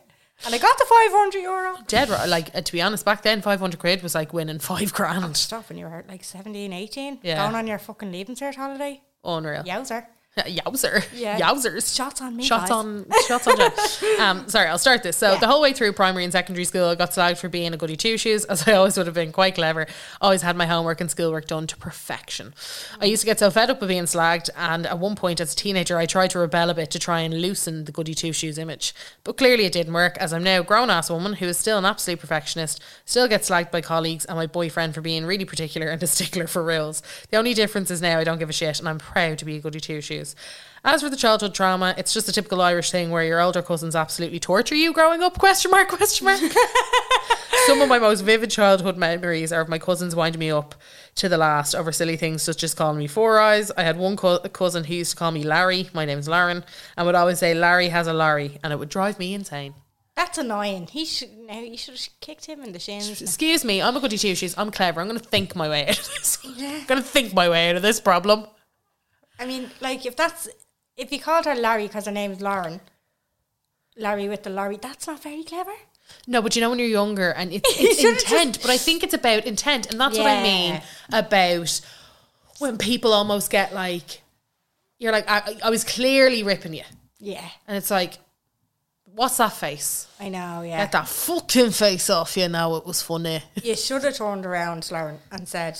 And I got the 500 euro.
Dead right. Like uh, to be honest, back then, 500 quid was like winning five grand.
Stuff when you were like 17, 18,
Yeah.
going on your fucking leaving cert holiday.
Unreal.
Yowzer.
Yowzer.
Yeah.
Yowzers.
Shots on me,
Shots
guys.
on shots on Jen. um, sorry, I'll start this. So the whole way through primary and secondary school I got slagged for being a goody two shoes, as I always would have been quite clever. Always had my homework and schoolwork done to perfection. I used to get so fed up with being slagged and at one point as a teenager I tried to rebel a bit to try and loosen the goody two shoes image. But clearly it didn't work as I'm now a grown ass woman who is still an absolute perfectionist, still gets slagged by colleagues and my boyfriend for being really particular and a stickler for rules. The only difference is now I don't give a shit and I'm proud to be a goody two shoes. As for the childhood trauma, it's just a typical Irish thing where your older cousins absolutely torture you growing up. Question mark, question mark. Some of my most vivid childhood memories are of my cousins winding me up to the last over silly things such as calling me Four Eyes. I had one co- cousin who used to call me Larry. My name's Lauren, and would always say Larry has a Larry, and it would drive me insane.
That's annoying. He should no, you should have kicked him in the shins.
Excuse me, I'm a goody two shoes. I'm clever. I'm going to think my way out of this. I'm going to think my way out of this problem.
I mean, like if that's if he called her Larry because her name's Lauren, Larry with the Larry, that's not very clever.
No, but you know when you're younger and it's,
You
it's
should've
intent, but I think it's about intent, and that's what I
Yeah.
mean about when people almost get like, you're like, I, I was clearly ripping you,
Yeah,
and it's like, what's that face?
I know. Yeah,
Get that fucking face off you now. It was funny.
you should have turned around, Lauren, and said,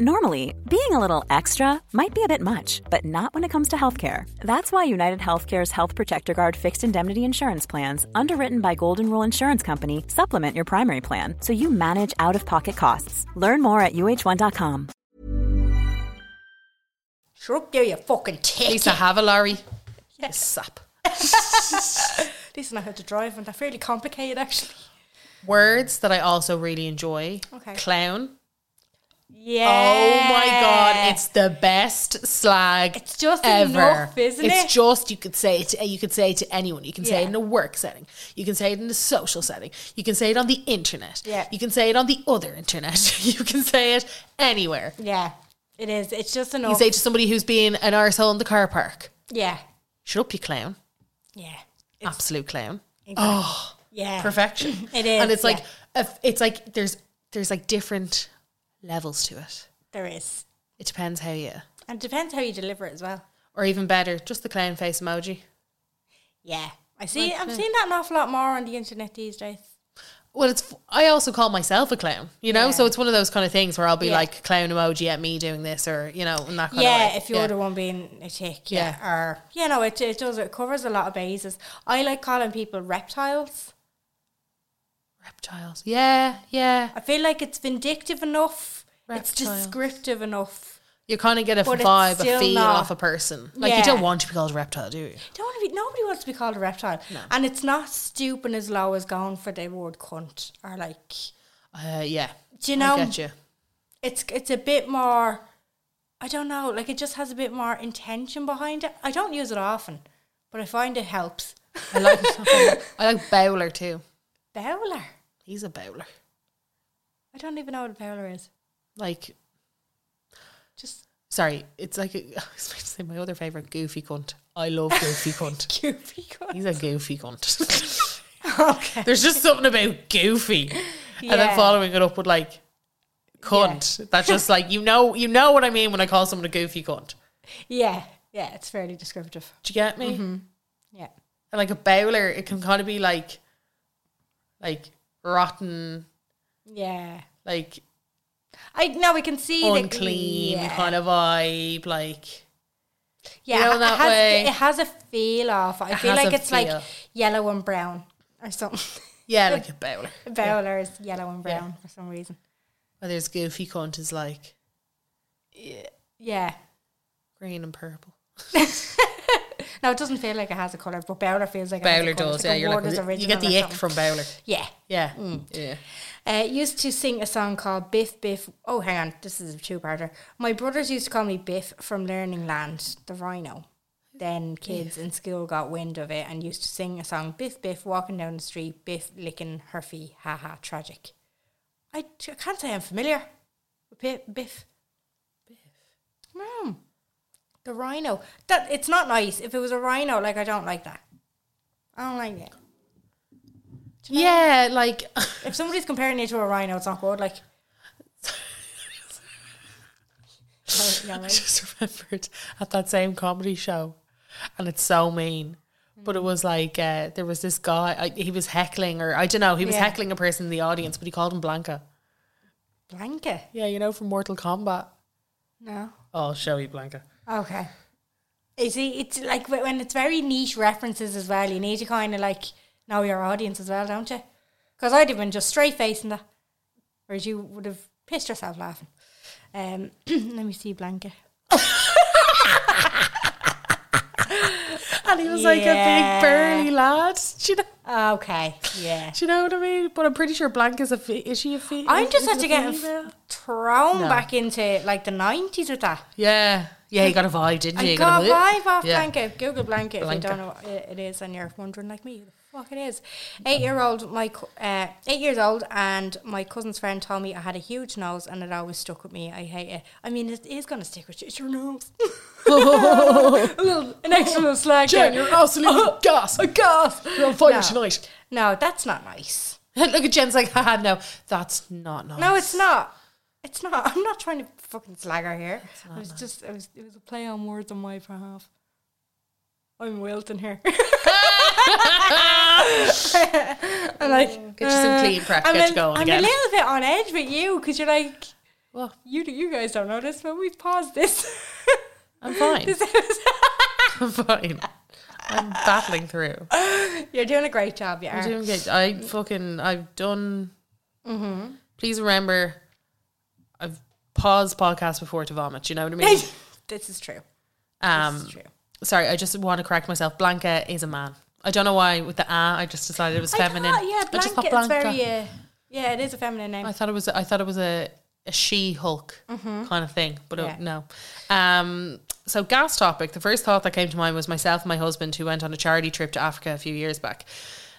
Normally, being a little extra might be a bit much, but not when it comes to healthcare. That's why United Healthcare's Health Protector Guard fixed indemnity insurance plans, underwritten by Golden Rule Insurance Company, supplement your primary plan so you manage out of pocket costs. Learn more at uh1.com.
"Shrug, you, you fucking tick."
Lisa, have a lorry. Yes. Sap.
Listen, I had to drive, and they're fairly complicated, actually.
Words that I also really enjoy.
Okay.
Clown.
Yeah.
Oh my god, it's the best slag.
It's just
ever.
enough, isn't
it's
it?
It's just you could say it. To, you could say it to anyone. You can say it
Yeah.
in a work setting. You can say it in a social setting. You can say it on the internet.
Yeah.
You can say it on the other internet. you can say it anywhere.
yeah. It is. It's just
You
enough.
say to somebody who's being an arsehole in the car park,
yeah.
"Shut up, you clown!
Yeah.
Absolute clown!"
Yeah.
Perfection.
It is,
and it's like
yeah.
a- it's like there's there's like different levels to it.
There is.
It depends how you,
And it depends how you deliver it as well.
or even better, just the clown face emoji.
Yeah. I see
hmm.
I'm seeing that an awful lot more on the internet these days.
Well, it's I also call myself a clown, you know.
Yeah.
So it's one of those kind of things where I'll be
Yeah.
like clown emoji at me doing this, or you know, in that kind of
yeah,
way.
if you're the one being a tick, yeah.
Yeah.
Or you know, it it does it covers a lot of bases. I like calling people reptiles.
reptiles, yeah, yeah,
I feel like it's vindictive enough. It's
Reptile.
descriptive enough.
you kind of get a
But it's
vibe, a
still
feel
not-
off a person. Like
Yeah.
you don't want to be called a reptile, do you?
Don't want to be. Nobody wants to be called a reptile, and it's not stupid as low as going for the word cunt or like.
Uh, yeah,
Do you know?
I get you.
It's it's a bit more. I don't know. Like it just has a bit more intention behind it. I don't use it often, but I find it helps.
I like I like Bowler too.
Bowler.
He's a Bowler.
I don't even know what a bowler is.
Like,
Just
sorry, it's like a, I was about to say my other favorite, Goofy cunt. I love Goofy cunt.
goofy. cunt.
He's a Goofy cunt.
okay.
There's just something about goofy, and
Yeah.
then following it up with like cunt. That's just like you know, you know what I mean when I call someone a goofy cunt.
Yeah. Yeah. It's fairly descriptive.
Do you get me?
Mm-hmm. Yeah.
And like a bowler, it can kind of be like, like rotten,
Yeah.
like
I now we can see the-
unclean
yeah.
kind of vibe. Like
Yeah,
You know,
it
that
has,
way.
It has a feel of. I
It
feel
has
like
a
it's
feel.
like yellow and brown or something.
yeah, like a bowler.
Bowler is yellow and brown for some reason.
Whereas goofy cunt is like
Yeah.
green and purple.
No, it doesn't feel like it has a colour, but Bowler feels like
Bowler
it has a colour. It's
does, yeah.
a
You're
word is
like you get
original
the
or
ick
something. Mm.
from bowler.
Yeah.
Yeah, yeah.
Uh, used to sing a song called Biff Biff. Oh, hang on. This is a two-parter. My brothers used to call me Biff from Learning Land, the rhino. Then kids in school got wind of it and used to sing a song, Biff Biff, walking down the street, Biff licking her feet, haha, tragic. I, t- I can't say I'm familiar with Biff. Biff. Hmm. The rhino. That It's not nice. If it was a rhino, like, I don't like that. I don't like it.
Yeah, like
If somebody's comparing you to a rhino, it's not good. Like, Oh, yeah,
I
right.
just remembered at that same comedy show, and it's so mean. But it was like uh, there was this guy. I, he was heckling, or I don't know. He was
Yeah.
heckling a person in the audience, but he called him Blanca.
Blanca.
Yeah, you know from Mortal Kombat.
No.
Oh, I'll show you Blanca.
Okay. You see, it's like wh- when it's very niche references as well, you need to kind of like know your audience as well, don't you? Because I'd have been just straight facing that, whereas you would have pissed yourself laughing. Um, let me see Blanca. and
that. He was like a
Yeah.
big burly lad. Do you, know,
Okay, yeah.
do you know what I mean? But I'm pretty sure Blank is a fe- is she a fe-
I'm
is-
just
is it
had
a
to get
female?
thrown
No.
back into like the 90s with that.
yeah yeah. You got a vibe, didn't you?
I
You got
got a
a vibe.
vibe off
Yeah.
blanket. Google blanket if
Blanket.
you don't know what i- it is and you're wondering like me, who the fuck it is. Eight year old, my cou- uh, eight years old, and my cousin's friend told me I had a huge nose and it always stuck with me. I hate it. I mean, it is gonna stick with you. It's your nose. a little, an extra little slag.
Jen,
there.
you're absolutely gas.
a gas.
You're on fire
No.
tonight.
No, that's not nice.
Look at Jen's like, haha, no, that's not nice.
No, it's not. It's not. I'm not trying to fucking slag her here. It was just. It was. It was a play on words on my behalf. I'm wilting here. I'm like,
Get you some clean prep,
Uh, I'm,
get you
a,
going
I'm
again.
a little bit on edge with you because you're like,
Well,
you you guys don't know this, but we paused this.
I'm fine.
This is-
I'm fine. I'm battling through.
Uh, you're doing a great job, you are.
I'm doing good. I fucking I've done.
Mm-hmm.
Please remember, I've paused podcasts before to vomit. Do you know what I mean?
this is true.
Um,
true.
sorry, I just want to correct myself. Blanca is a man. I don't know why with the ah. I just decided it was feminine.
I thought, yeah,
I just
blanket. It's very. Uh, yeah, it is a feminine name. Mm-hmm.
I thought it was. I thought it was a, a she Hulk kind of thing, but uh,
Yeah.
no. Um. So gas topic. The first thought that came to mind was myself and my husband who went on a charity trip to Africa a few years back.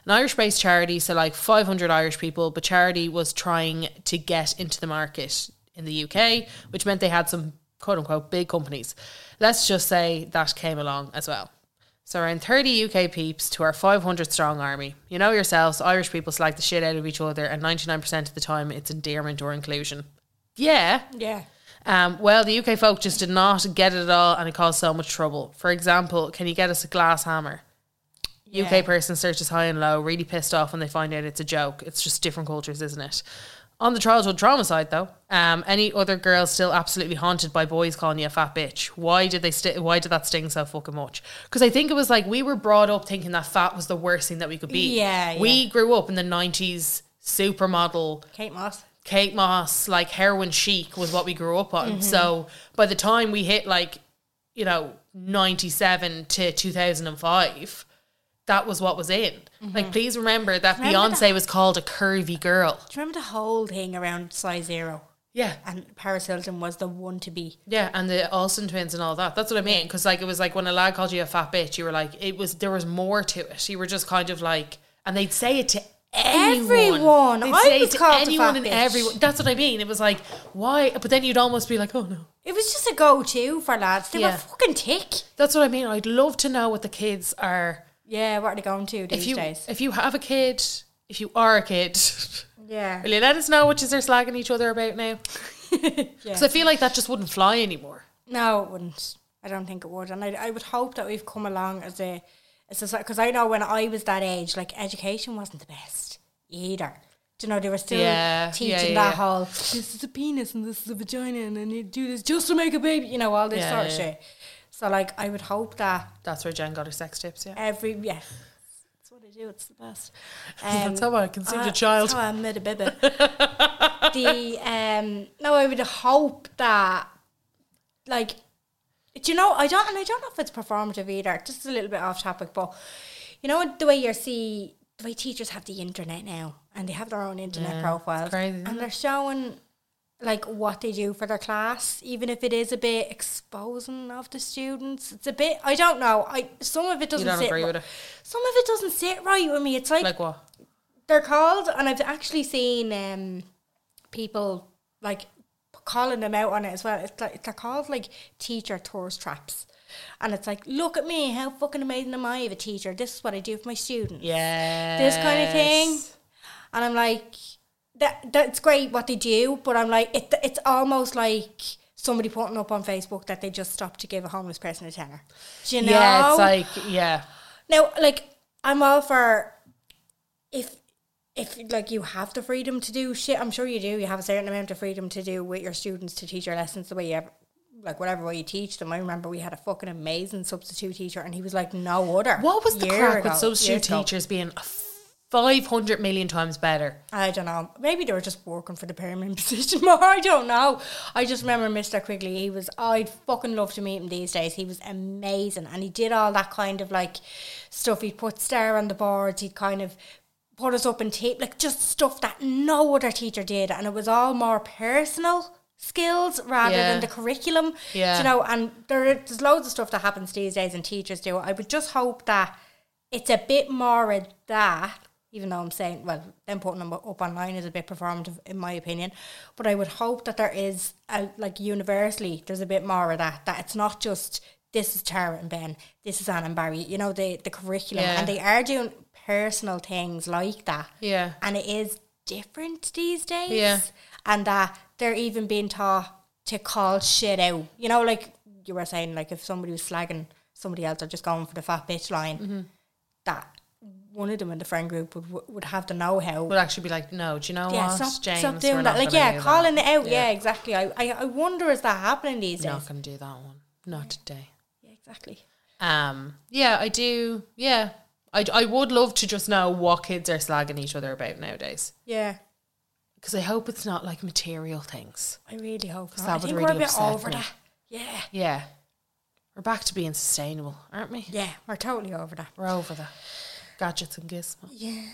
An Irish based charity, so like 500 Irish people, but charity was trying to get into the market in the UK, which meant they had some quote unquote big companies. Let's just say that came along as well. So around 30 UK peeps to our 500 strong army. You know yourselves, Irish people slag the shit out of each other, and 99% of the time it's endearment or inclusion. Yeah.
yeah.
Um, well, the UK folk just did not get it at all, and it caused so much trouble. For example, can you get us a glass hammer?
Yeah.
UK person searches high and low, really pissed off when they find out it's a joke. It's just different cultures, isn't it? On the childhood trauma side, though, um, any other girl still absolutely haunted by boys calling you a fat bitch. Why did they? Sti- why did that sting so fucking much? Because I think it was like we were brought up thinking that fat was the worst thing that we could be.
Yeah, yeah.
we grew up in the nineties, supermodel,
Kate Moss.
Kate Moss, like heroin chic was what we grew up on.
Mm-hmm.
So by the time we hit like, you know, 97 to 2005, that was what was in. Like, please remember that
Mm-hmm. Remember
Beyonce was called a curvy girl.
Do you remember the whole thing around size zero?
Yeah.
And Paris Hilton was the one to be.
Yeah. And the Olsen twins and all that. That's what I mean. Cause like, it was like when a lad called you a fat bitch, you were like, it was, there was more to it. You were just kind of like, and they'd say it to
Everyone.
They'd
I
say it
was
to
called a
anyone
fat
and
bitch.
everyone. That's what I mean. It was like, why? But then you'd almost be like, oh no.
It was just a go to for lads. They
Yeah.
were fucking tick.
That's what I mean. I'd love to know what the kids are.
Yeah, what are they going to these
If you
days?
if you have a kid, if you are a kid,
Yeah.
will you let us know which is they're slagging each other about now? Because I feel like that just wouldn't fly anymore.
No, it wouldn't. I don't think it would. And I, I would hope that we've come along as a, as a, because I know when I was that age, like education wasn't the best either. Do you know, they were still
Yeah,
teaching
yeah, yeah,
that
yeah.
whole, this is a penis and this is a vagina and then you do this just to make a baby, you know, all this
Yeah,
sort of
yeah,
shit. So, like, I would hope that
That's where Jen got her sex tips. Yeah,
every, yeah, that's what I do, it's the best.
that's
Um,
how I conceived
Ah,
a child.
That's how I made a baby. the um, no, I would hope that, like, do you know? I don't, and I don't know if it's performative either. Just a little bit off topic, but you know the way you see the way teachers have the internet now, and they have their own internet profiles,
crazy, isn't
and they're showing like what they do for their class, even if it is a bit exposing of the students. It's a bit. I don't know. I some of it doesn't.
don't
sit
agree
ri-
with it?
Some of it doesn't sit right with me. It's like,
Like what?
they're called, and I've actually seen um, people like calling them out on it as well. It's like they're called like teacher tourist traps, and it's like, look at me, how fucking amazing am I of a teacher? This is what I do for my students.
Yeah,
this kind of thing, and I'm like, that that's great what they do, but I'm like, it, it's almost like. Somebody putting up on Facebook that they just stopped to give a homeless person a tenner. Do you know?
Yeah, it's like yeah,
Now, like, I'm all for if if like you have the freedom to do shit. I'm sure you do. You have a certain amount of freedom to do with your students to teach your lessons the way you. Like whatever way you teach them, I remember we had a fucking amazing substitute teacher, and he was like no other.
What was the
year
crack
ago-
with substitute
years ago.
teachers being a 500 million times better.
I don't know. Maybe they were just working for the permanent position more. I don't know. I just remember Mr. Quigley. He was, I'd fucking love to meet him these days. He was amazing. And he did all that kind of like stuff. He'd put star on the boards. He'd kind of put us up in tape, like just stuff that no other teacher did. And it was all more personal skills rather
Yeah.
than the curriculum.
Yeah.
You know, and there, there's loads of stuff that happens these days and teachers do. it. I would just hope that it's a bit more of that, even though I'm saying, well, them putting them up online is a bit performative, in my opinion. But I would hope that there is, a, like, universally, there's a bit more of that, that it's not just this is Tara and Ben, this is Anne and Barry, you know, the, the curriculum.
Yeah.
And they are doing personal things like that.
Yeah.
And it is different these days
Yeah.
and that they're even being taught to call shit out. You know, like you were saying, like if somebody was slagging somebody else or just going for the fat bitch line,
Mm-hmm.
that one of them in the friend group would would have the know how.
Would actually be like, no, do you know
yeah,
what,
stop,
James?
stop
we're
doing
not
that. Like,
gonna
yeah,
do
calling
that.
it out. Yeah, exactly. I, I I wonder is that happening these days?
Not going to do that one. Not today.
Yeah, exactly.
Um, yeah, I do. Yeah, I, I would love to just know what kids are slagging each other about nowadays.
Yeah,
Because I hope it's not like material things.
I really hope.
'Cause
Not. I
that would
think
really
we're a bit
upset
over
me.
that. Yeah,
Yeah, we're back to being sustainable, aren't we?
yeah, we're totally over that.
We're over the gadgets and gizmos.
Yeah.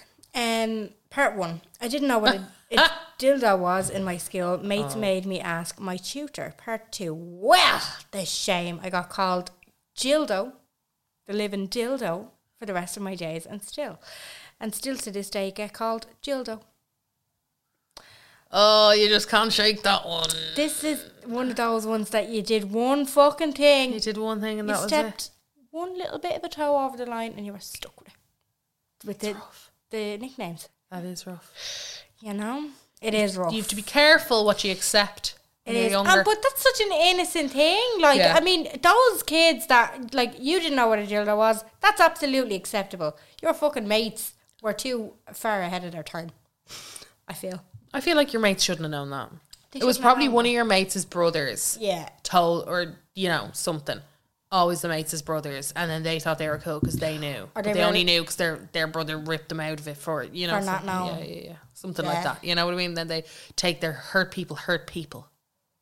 Um, part one. I didn't know what a, a dildo was in my school. Mates
Oh.
made me ask my tutor. Part two. Well, the shame. I got called Gildo, the living dildo, for the rest of my days, and still, and still to this day, get called Gildo.
Oh, you just can't shake that one.
This is one of those ones that you did one fucking thing.
You did one thing and that
you
was
stepped one little bit of a toe over the line, and you were stuck with it. With the, the nicknames,
it. That is rough.
you know, it is rough.
You have to be careful what you accept when
It
you're
is,
younger.
and, but that's such an innocent thing. Like,
Yeah.
I mean, those kids that like you didn't know what a dildo was. That's absolutely acceptable. Your fucking mates were too far ahead of their time. I feel.
I feel like your mates shouldn't have known that.
They
It was
shouldn't have
probably
known
one of your mates' brothers.
Yeah.
told or you know something. Always the mates' brothers, and then they thought they were cool because they knew. But
they
they only
really-
knew because their their brother ripped them out of it for you know
For not
something.
knowing.
Yeah, yeah, yeah, something
Yeah.
like that. You know what I mean? Then they take their hurt people, hurt people,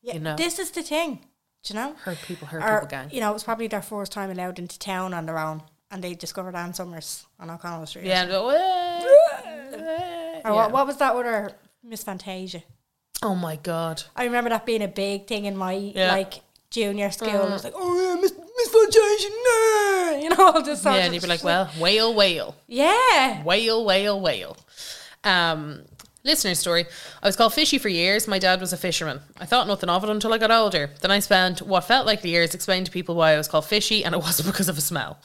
Yeah.
You know.
This is the thing. Do you know?
hurt people, hurt
Or,
people gang.
You know, it was probably their first time allowed into town on their own, and they discovered Ann Summers on O'Connell Street.
yeah. and go, "Wah,
Or
wah."
what, what was that other Miss Fantasia?
Oh my god.
I remember that being a big thing in my
Yeah. Mm.
like junior school. It was like, oh yeah, Miss Miss Fantasia, no, you know all this sort
Yeah,
of
and you'd be like, well, whale, whale.
yeah,
Whale, whale, whale. Um, listener story. I was called Fishy for years. My dad was a fisherman. I thought nothing of it until I got older. Then I spent what felt like years explaining to people why I was called Fishy and it wasn't because of a smell,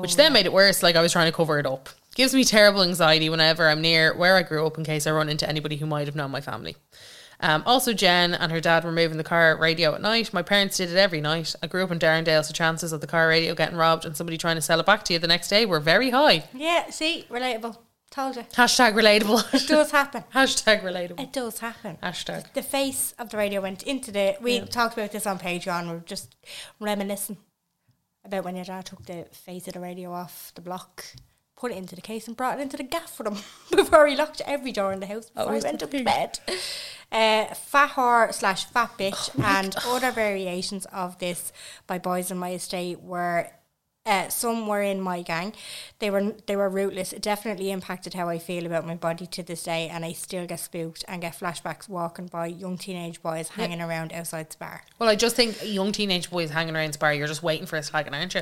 which then made it worse, like I was trying to cover it up. Gives me terrible anxiety whenever I'm near where I grew up in case I run into anybody who might have known my family. Um, also, Jen and her dad were moving the car radio at night. My parents did it every night. I grew up in Darndale, so chances of the car radio getting robbed and somebody trying to sell it back to you the next day were very high.
yeah. See, relatable. Told you,
Hashtag
it
relatable.
does happen.
Hashtag relatable.
It does happen.
Hashtag.
The face of the radio went into the. We talked about this on Patreon. We were just reminiscing about when your dad took the face of the radio off the block, put it into the case, and brought it into the gaff with him before he locked every door in the house before
Always
he went
the
to bed. Uh, fat whore slash fat bitch and other variations of this by boys in my estate were uh, some were in my gang. They were they were rootless. It definitely impacted how I feel about my body to this day, and I still get spooked and get flashbacks walking by young teenage boys hanging around outside the bar.
Well, I just think young teenage boys hanging around Spire, you're just waiting for a slagging, aren't you?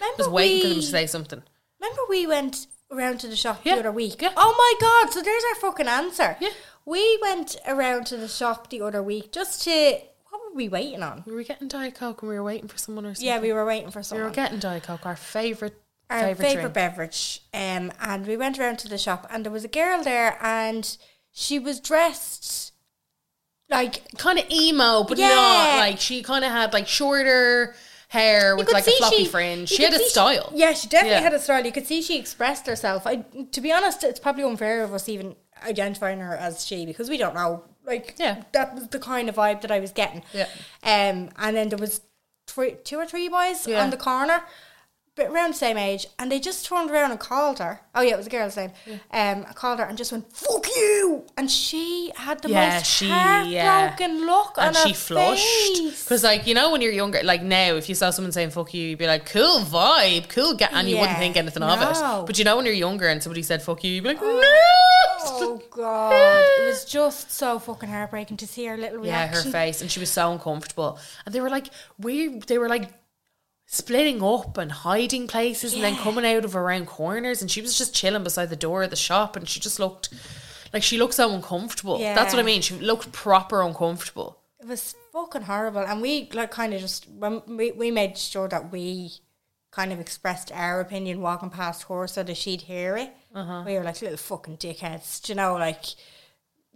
Remember
Just waiting for them to
we-
say something.
Remember we went around to the shop
Yeah,
the other week?
yeah.
Oh my god, so there's our fucking answer.
Yeah.
We went around to the shop the other week just to what were we waiting on?
We were getting Diet Coke and we were waiting for someone or something.
Yeah, we were waiting for
we
someone.
were getting Diet Coke, our favourite
our
favourite
favorite,
drink.
beverage. Um, and we went around to the shop, and there was a girl there, and she was dressed like
Kind of emo, but
Yeah.
not like she kind of had like shorter hair
you
with
could
like a
see
floppy fringe.
you
She had
could
a
see
style.
yeah, she definitely
Yeah.
had a style. You could see she expressed herself. I, to be honest, it's probably unfair of us even identifying her as she because we don't know. Like,
Yeah.
that was the kind of vibe that I was getting.
Yeah.
Um, and then there was three, two or three boys
Yeah.
on the corner. but around the same age, and they just turned around and called her. Oh yeah, it was a girl's name. Um, I called her and just went "fuck you," and she had the
yeah,
most
she yeah.
heartbroken look
and
on
she
her
flushed
face.
because, like, you know, when you're younger, like now, if you saw someone saying "fuck you," you'd be like, "Cool vibe, cool," ga-, and you wouldn't
Yeah,
think anything of
no.
it. But you know, when you're younger and somebody said "fuck you," you'd be like, "No."
Oh god, it was just so fucking heartbreaking to see her little
Yeah, her
reaction.
face, and she was so uncomfortable. And they were like, we, they were like splitting up and hiding places, and then coming out of around corners. And she was just chilling beside the door of the shop, and she just looked like she looked so uncomfortable. That's what I
Yeah.
mean. She looked proper uncomfortable.
It was fucking horrible, and we like kind of just when we, we made sure that we kind of expressed our opinion walking past her so that she'd hear it.
Uh-huh.
We were like little fucking dickheads, do you know, like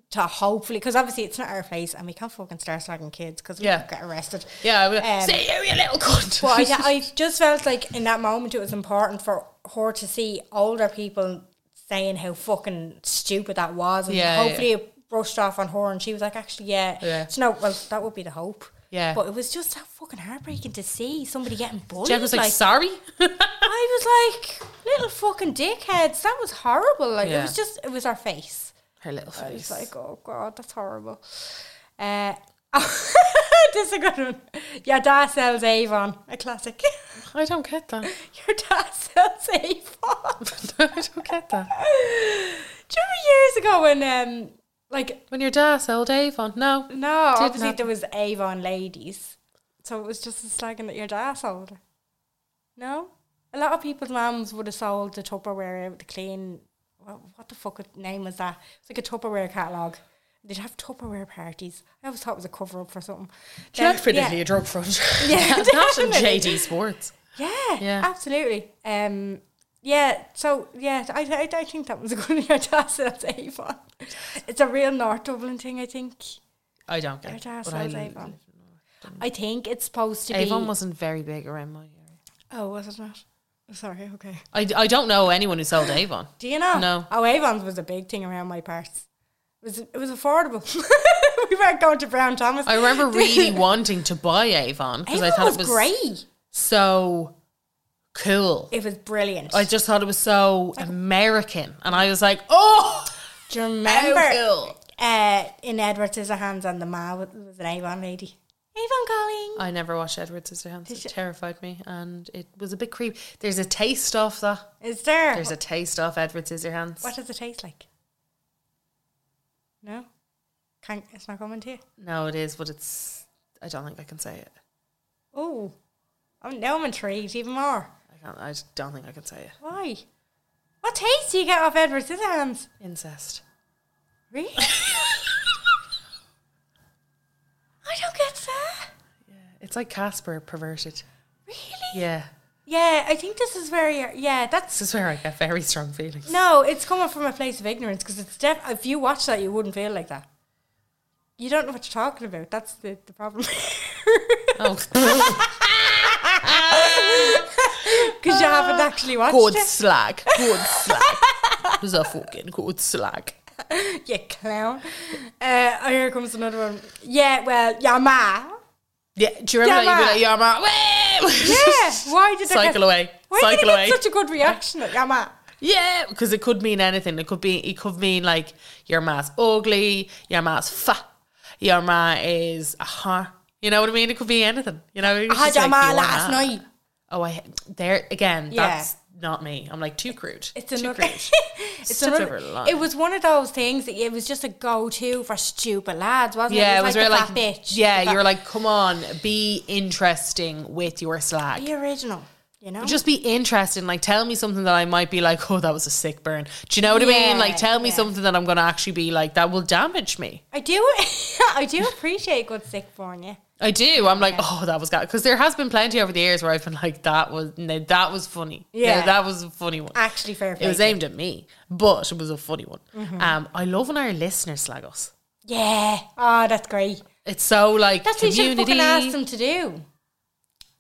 to hopefully because obviously it's not our place, and we can't fucking start slagging kids because we
Yeah.
could get arrested.
Yeah, I was like,
Um,
"See you, you little cunt."
But I, I just felt like in that moment it was important for her to see older people saying how fucking stupid that was, and
Yeah,
hopefully it brushed off on her, and she was like, actually, yeah,
Yeah.
So no, well, that would be the hope.
Yeah.
but it was just so fucking heartbreaking to see somebody getting bullied.
Jeff was like,
like,
"Sorry."
I was like, little fucking dickheads. That was horrible. Like
Yeah.
it was just, it was our face.
Her little
I was
face.
like, oh god, that's horrible. Uh, this is a good one. Your dad sells Avon, a classic.
I don't get that.
Your dad sells Avon.
I don't get that.
Do you remember years ago when, um, like,
When your dad sold Avon, no.
oh, no, obviously
happen.
there was Avon ladies, so it was just a slagging that your dad sold her. No, a lot of people's mums would have sold the Tupperware, out, the clean. What, what the fuck name was that? It's like a Tupperware catalog. They'd have Tupperware parties. I always thought it was a cover up for something. Then-
Definitely
yeah.
a drug front.
Yeah,
not in
definitely.
JD Sports.
Yeah,
Yeah.
absolutely. Um, yeah, so yeah, I, I, I think that was a good idea. That's Avon. It's a real North Dublin thing, I think.
I don't get
Your
it.
dad
but I
sells
li-
Avon. I think it's supposed to be.
Avon wasn't very big around my area.
Oh, was it not? Sorry, okay.
I, I don't know anyone who sold Avon.
Do you know?
No.
Oh, Avon's was a big thing around my parts. It was, it was affordable. we weren't going to Brown Thomas.
I remember really wanting to buy Avon because I
Avon
thought
was,
it was
great.
so cool.
It was brilliant.
I just thought it was so American, and I was like, "Oh,
Do you
how
remember?
cool.
uh, in Edward Scissorhands and the Ma was, was an Avon lady. Avon calling.
I never watched Edward Scissorhands.
Did
It
you-
terrified me, and it was a bit creepy. There's a taste off that.
Is there?
Uh, There's a taste off Edward Scissorhands.
what does it taste like? No, can't. It's not coming to you.
No, it is, but it's. I don't think I can say it.
Oh, I'm now I'm intrigued even more.
I can't. I just don't think I can say it.
Why? What taste do you get off Edward Scissorhands?
Incest.
Really? I don't get that.
It's like Casper perverted.
Really?
Yeah,
Yeah, I think this is where you're. Yeah, that's
this is where I get very strong feelings.
No, it's coming from a place of ignorance because it's def- if you watch that, you wouldn't feel like that. You don't know what you're talking about. That's the, the problem.
Oh,
Because you haven't actually watched
good
it.
slag. Good slag. It was a fucking good slag.
You clown. Uh, oh, here comes another one. Yeah, well, your ma.
Yeah, do you remember
Yeah,
that? You'd be like, yeah, ma. Whee!
Yeah, why did I
Cycle
get,
away.
Why
Cycle
did I
away.
get such a good reaction at your ma?
Yeah, because it could mean anything. It could be it could mean like your ma's ugly, your ma's fat, your ma is a whore. You know what I mean? It could be anything. You know, it's
I had
just
Ah, your
like,
ma
your
last
ma.
night.
Oh, I there again.
Yeah.
That's not me. I'm like too crude.
It's
too
another.
crude.
it's
Such a
another.
real lie.
It was one of those things that it was just a go-to for stupid lads, wasn't
Yeah,
it?
it was really like,
the fat bitch.
yeah.
The
You were
fat-
like, come on, be interesting with your slag.
be original. You know,
Just be interesting. Like, tell me something that I might be like, oh, that was a sick burn. Do you know what I mean?
Yeah,
Like, tell me
yeah.
something that I'm going to actually be like, that will damage me.
I do. I do appreciate a good sick burn. Yeah.
I do. I'm like, oh, that was because there has been plenty over the years where I've been like, that was no, that was funny. No,
Yeah.
that was a funny one.
Actually, fair play.
It was aimed at me, but it was a funny one.
Mm-hmm.
Um, I love when our listeners slag us.
Yeah. Oh, that's great.
It's so like
That's what you should
community.
fucking ask them to do.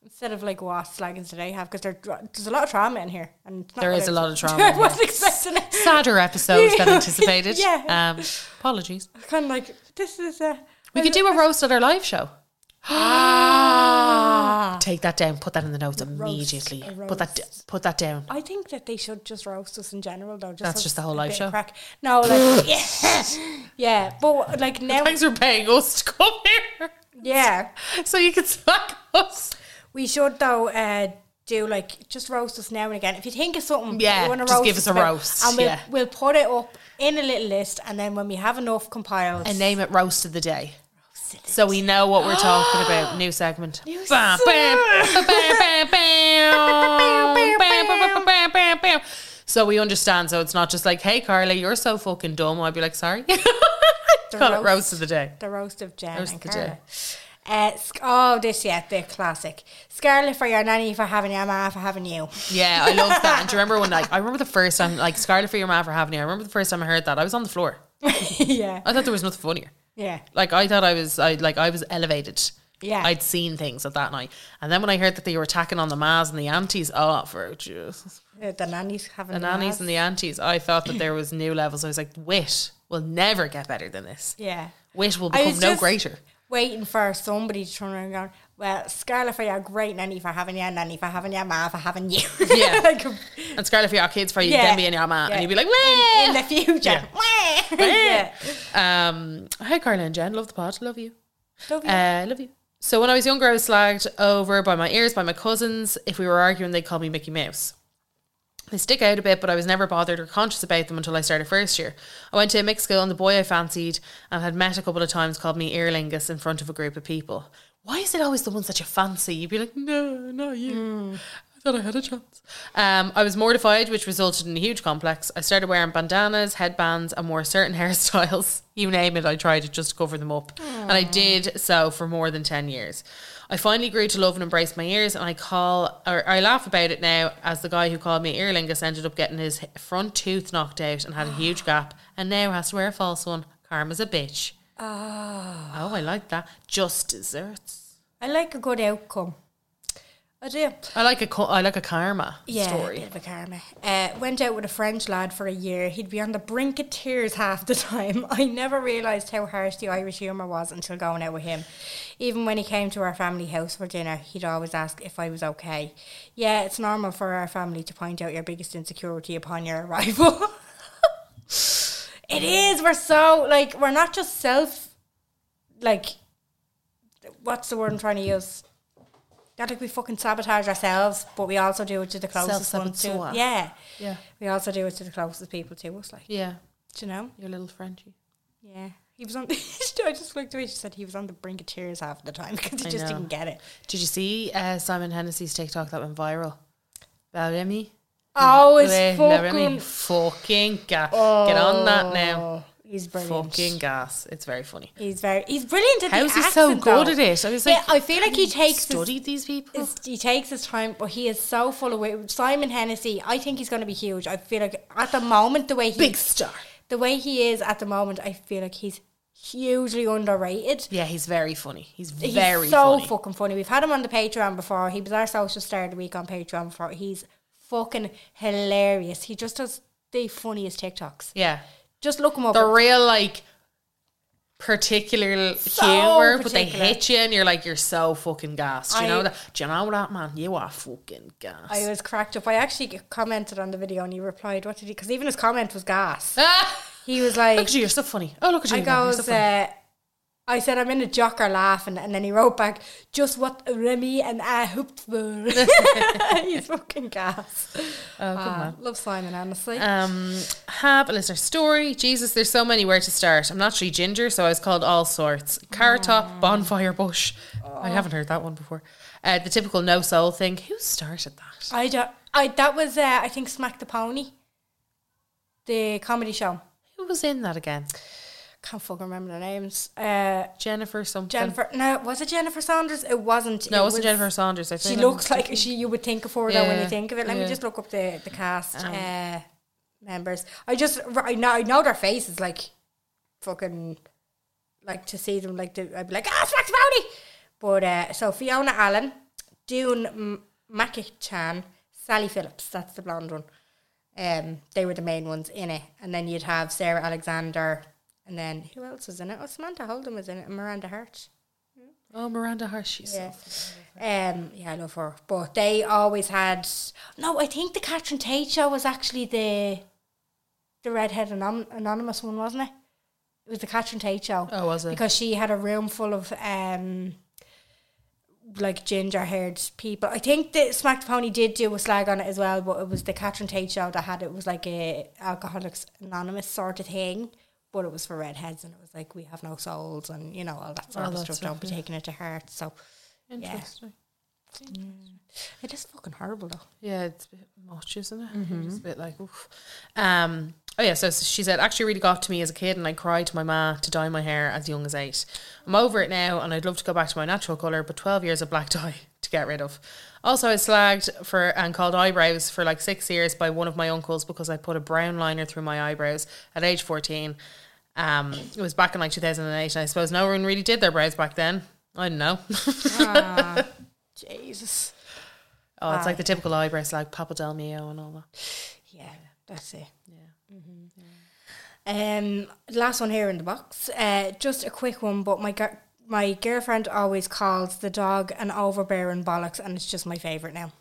Instead of like what slaggings do they have? Because there's a lot of trauma in here, and it's not
There
what
is
I-
a lot of trauma in
I
here.
wasn't expecting it.
Sadder episodes than
Yeah.
anticipated.
Yeah.
Um, apologies.
Kind of like this is a.
We could do a roast at our live show.
Ah.
Take that down. Put that in the notes immediately.
a
Put that
roast.
put that down.
I think that they should just roast us in general, though. Just
That's
as
just the whole
a
live
bit
show.
of Crack. No, like yeah, yeah, but like now,
Thanks for paying us to come here,
yeah,
so you can smack us.
we should though. Uh, do like just roast us now and again. If you think of something,
Yeah,
you wanna
just give us a
about,
roast,
and we'll,
yeah.
we'll put it up in a little list. And then when we have enough compiled,
And name it roast of the day. So we know what we're talking about. New segment. Bam, bam, bam, bam, bam, bam, bam, bam, bam, bam. So we understand. So it's not just like, "Hey, Carly, you're so fucking dumb." I'd be like, "Sorry." Call it roast of the day.
the roast of Jen
Roast
and
of the day.
Carla. Uh, sc- oh, this yeah, the classic. Scarlet for your nanny for having your ma for having you.
Yeah, I love that. And do you remember when, like, I remember the first time, like, Scarlet for your man for having you. I remember the first time I heard that. I was on the floor.
yeah,
I thought there was nothing funnier.
yeah.
Like, I thought I was, I like, I was elevated.
Yeah.
I'd seen things at that night. And then when I heard that they were attacking on the mas and the aunties, oh, for Jesus.
Uh, The nanny's having
The nannies and the aunties, I thought that there was new levels. I was like, wit will never get better than this.
yeah.
Wit will
I
become
was
no
just
greater.
Waiting for somebody to turn around and go, Well, Scarlet for your great nanny for having your nanny for having your ma for having you.
Yeah.
like,
And Scarlet for your kids, for you,
Yeah.
then being your man.
Yeah.
And you'd be like,
in
"Wah!"
the future.
Yeah.
Yeah. yeah.
um, hi, Carla and Jen. Love the pod. Love you.
Love you.
Uh, love you. So when I was younger, I was slagged over by my ears, by my cousins. If we were arguing, they'd call me Mickey Mouse. They stick out a bit, but I was never bothered or conscious about them until I started first year. I went to a mixed school, and the boy I fancied and had met a couple of times called me earlingus in front of a group of people. Why is it always the ones that you fancy? You'd be like, no, not
Mm.
you. I thought I had a chance. Um, I was mortified, which resulted in a huge complex. I started wearing bandanas, headbands, and wore certain hairstyles. You name it, I tried it just to cover them up. And I did so for more than 10 years. I finally grew to love and embrace my ears, and I call or I laugh about it now as the guy who called me earlingus ended up getting his front tooth knocked out and had a huge gap, and now has to wear a false one. Karma's a bitch. Oh, oh I like that. Just desserts.
I like a good outcome. I do.
I like a co- I like a karma
Yeah,
story.
a bit of a karma. Uh, went out with a French lad for a year. He'd be on the brink of tears half the time. I never realised how harsh the Irish humour was until going out with him. Even when he came to our family house for dinner, he'd always ask if I was okay. Yeah, it's normal for our family to point out your biggest insecurity upon your arrival. it is. We're so like we're not just self. Like, what's the word I'm trying to use? Not like we fucking sabotage ourselves, but we also do it to the closest ones to.
Self-saboteur.
Yeah,
Yeah.
we also do it to the closest people to us. Like,
Yeah.
do you know?
Your little Frenchie.
Yeah. He was on. I just looked away. She said he was on the brink of tears half the time because he
I
just
know.
didn't get it.
Did you see uh, Simon Hennessy's TikTok that went viral? About Remy?
Oh, it's
With La
fucking.
Remy.
Oh,
Fucking gas. Get on that now.
He's brilliant.
Fucking gas. It's very funny.
He's very. He's brilliant at
How
the
is he so
accent,
good
though.
at it? I was
yeah,
like,
I feel like he takes his-
studied these people.
It's, he takes his time, but he is so full of wit. Simon Hennessy, I think he's going to be huge. I feel like at the moment, the way he
star.
the way he is at the moment, I feel like he's hugely underrated.
Yeah, he's very funny. He's
He's
very
so
funny.
fucking funny. We've had him on the Patreon before. He was our social star of the week on Patreon before. He's fucking hilarious. He just does the funniest TikToks.
yeah.
Just look him up.
The real like particular
So
humor, but they
particular.
hit you and you're like, you're so fucking gas. Do you
I-
know that? Do you know that man? You are fucking gas.
I was cracked up. I actually commented on the video and he replied, "What did he?" Because even his comment was gas.
Ah!
He was
Look
like,
at you, you're so funny. Oh, look at you.
I
again, you're
goes,
so funny.
uh, I said, I'm in a jocker laughing. And then he wrote back, just what Remy and I hoped for. He's fucking gas.
oh, good
Ah,
man.
love Simon, honestly.
Um, have a listener story. Jesus, there's so many where to start. I'm naturally ginger, so I was called all sorts. Carrot top, bonfire bush. I haven't heard that one before. Uh, the typical no soul thing. Who started that?
I don't, I, that was, uh, I think, Smack the Pony, the comedy show.
Who was in that again?
Can't fucking remember the names. Uh,
Jennifer something.
Jennifer, no, was it Jennifer Saunders? It wasn't.
No, it
it
wasn't
was-
Jennifer Saunders. I
She
think
looks like she. You would think of her though when
Yeah,
you think of it. Let
yeah. Um,
me just look up the the cast uh, members. I just I know I know their faces like fucking like to see them like the, I'd be like ah smack the body. But uh, so Fiona Allen, Dune M- Chan, Sally Phillips. That's the blonde one. Um, they were the main ones in it, and then you'd have Sarah Alexander, and then who else was in it? Oh, Samantha Holden was in it, and Miranda Hart.
Oh, Miranda Harsh. She's
Yeah. Um, yeah, I love her. But they always had. No, I think the Catherine Tate show was actually the the redhead anon- anonymous one, wasn't it? It was the Catherine Tate show.
Oh, was it?
Because she had a room full of um, like ginger haired people. I think that Smack the Pony did do a slag on it as well, but it was the Catherine Tate show that had it was like a Alcoholics Anonymous sort of thing. But it was for redheads, and it was like we have no souls, and you know all that sort
All
of
that
stuff.
stuff,
Don't be
yeah.
taking it to heart. So
interesting.
it is fucking horrible though.
Yeah, it's a bit much, isn't it? It's a bit like, oof. Um, oh yeah, so she said, actually really got to me as a kid and I cried to my ma to dye my hair as young as eight. I'm over it now and I'd love to go back to my natural colour, but 12 years of black dye to get rid of. Also, I slagged for and called eyebrows for like six years by one of my uncles because I put a brown liner through my eyebrows at age 14. Um, it was back in like 2008 and I suppose no one really did their brows back then. I don't know.
Jesus.
oh, it's like the typical eyebrow slag, Papa Del Mio and all that.
Yeah, that's it. Yeah. Um, last one here in the box. Uh, just a quick one, but my gir- my girlfriend always calls the dog an overbearing bollocks, and it's just my favorite now.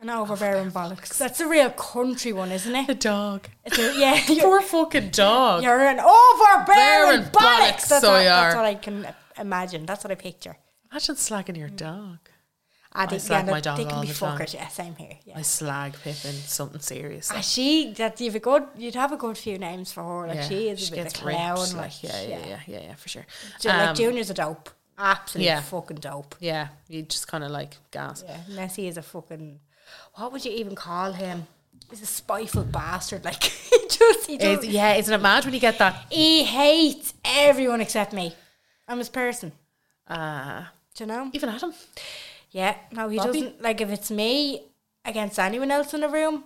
An overbearing bollocks. That's a real country one, isn't
The
it?
dog.
It's a, yeah. You're,
Poor fucking dog.
you're an overbearing bollocks.
Bearing bollocks,
that's,
so
what,
you
that's
are.
what I can imagine. That's what I picture.
Imagine slagging your dog.
I, think,
slag
yeah,
my
they-
dog
they can
all
be
the time.
fuckers. Yeah, same here. Yeah.
I slag Pippin something serious.
Ah, she that you've a good you'd have a good few names for her. Like
Yeah,
Ah, she is a bit of a clown.
raped,
Like,
yeah, yeah, yeah, yeah, yeah, for sure.
Ju- like
Um,
Junior's a dope. Absolute
yeah.
fucking dope.
yeah, you just kind of like gas.
Yeah. Messi is a fucking what would you even call him? He's a spiteful bastard. Like he just he
Is-
does,
yeah, isn't it mad when you get that?
he hates everyone except me. I'm his person.
Uh,
Do you know?
even Adam.
Yeah. No, he
Bobby?
doesn't like if it's me against anyone else in the room.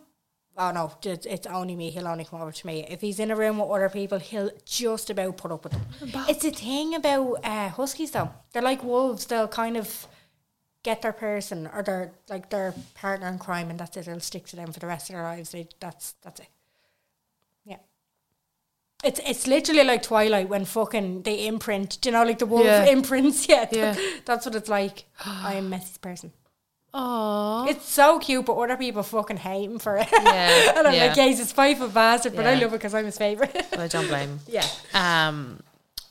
Oh no, it's it's only me. He'll only come over to me. If he's in a room with other people, he'll just about put up with them. It's a thing about uh, huskies though. They're like wolves. They'll kind of get their person or their like their partner in crime, and that's it. It'll stick to them for the rest of their lives. They, that's that's it. Yeah. It's it's literally like Twilight when fucking they imprint. Do you know, like the wolf
Yeah.
imprints. Yeah,
Yeah.
that's what it's like. I'm Messy's person.
Oh,
It's so cute, but other people fucking hate him for it.
Yeah,
and I'm
yeah.
like, yeah, he's a spiteful bastard, but I
Yeah.
love it because I'm his favourite.
well, I don't blame. him.
yeah.
Um,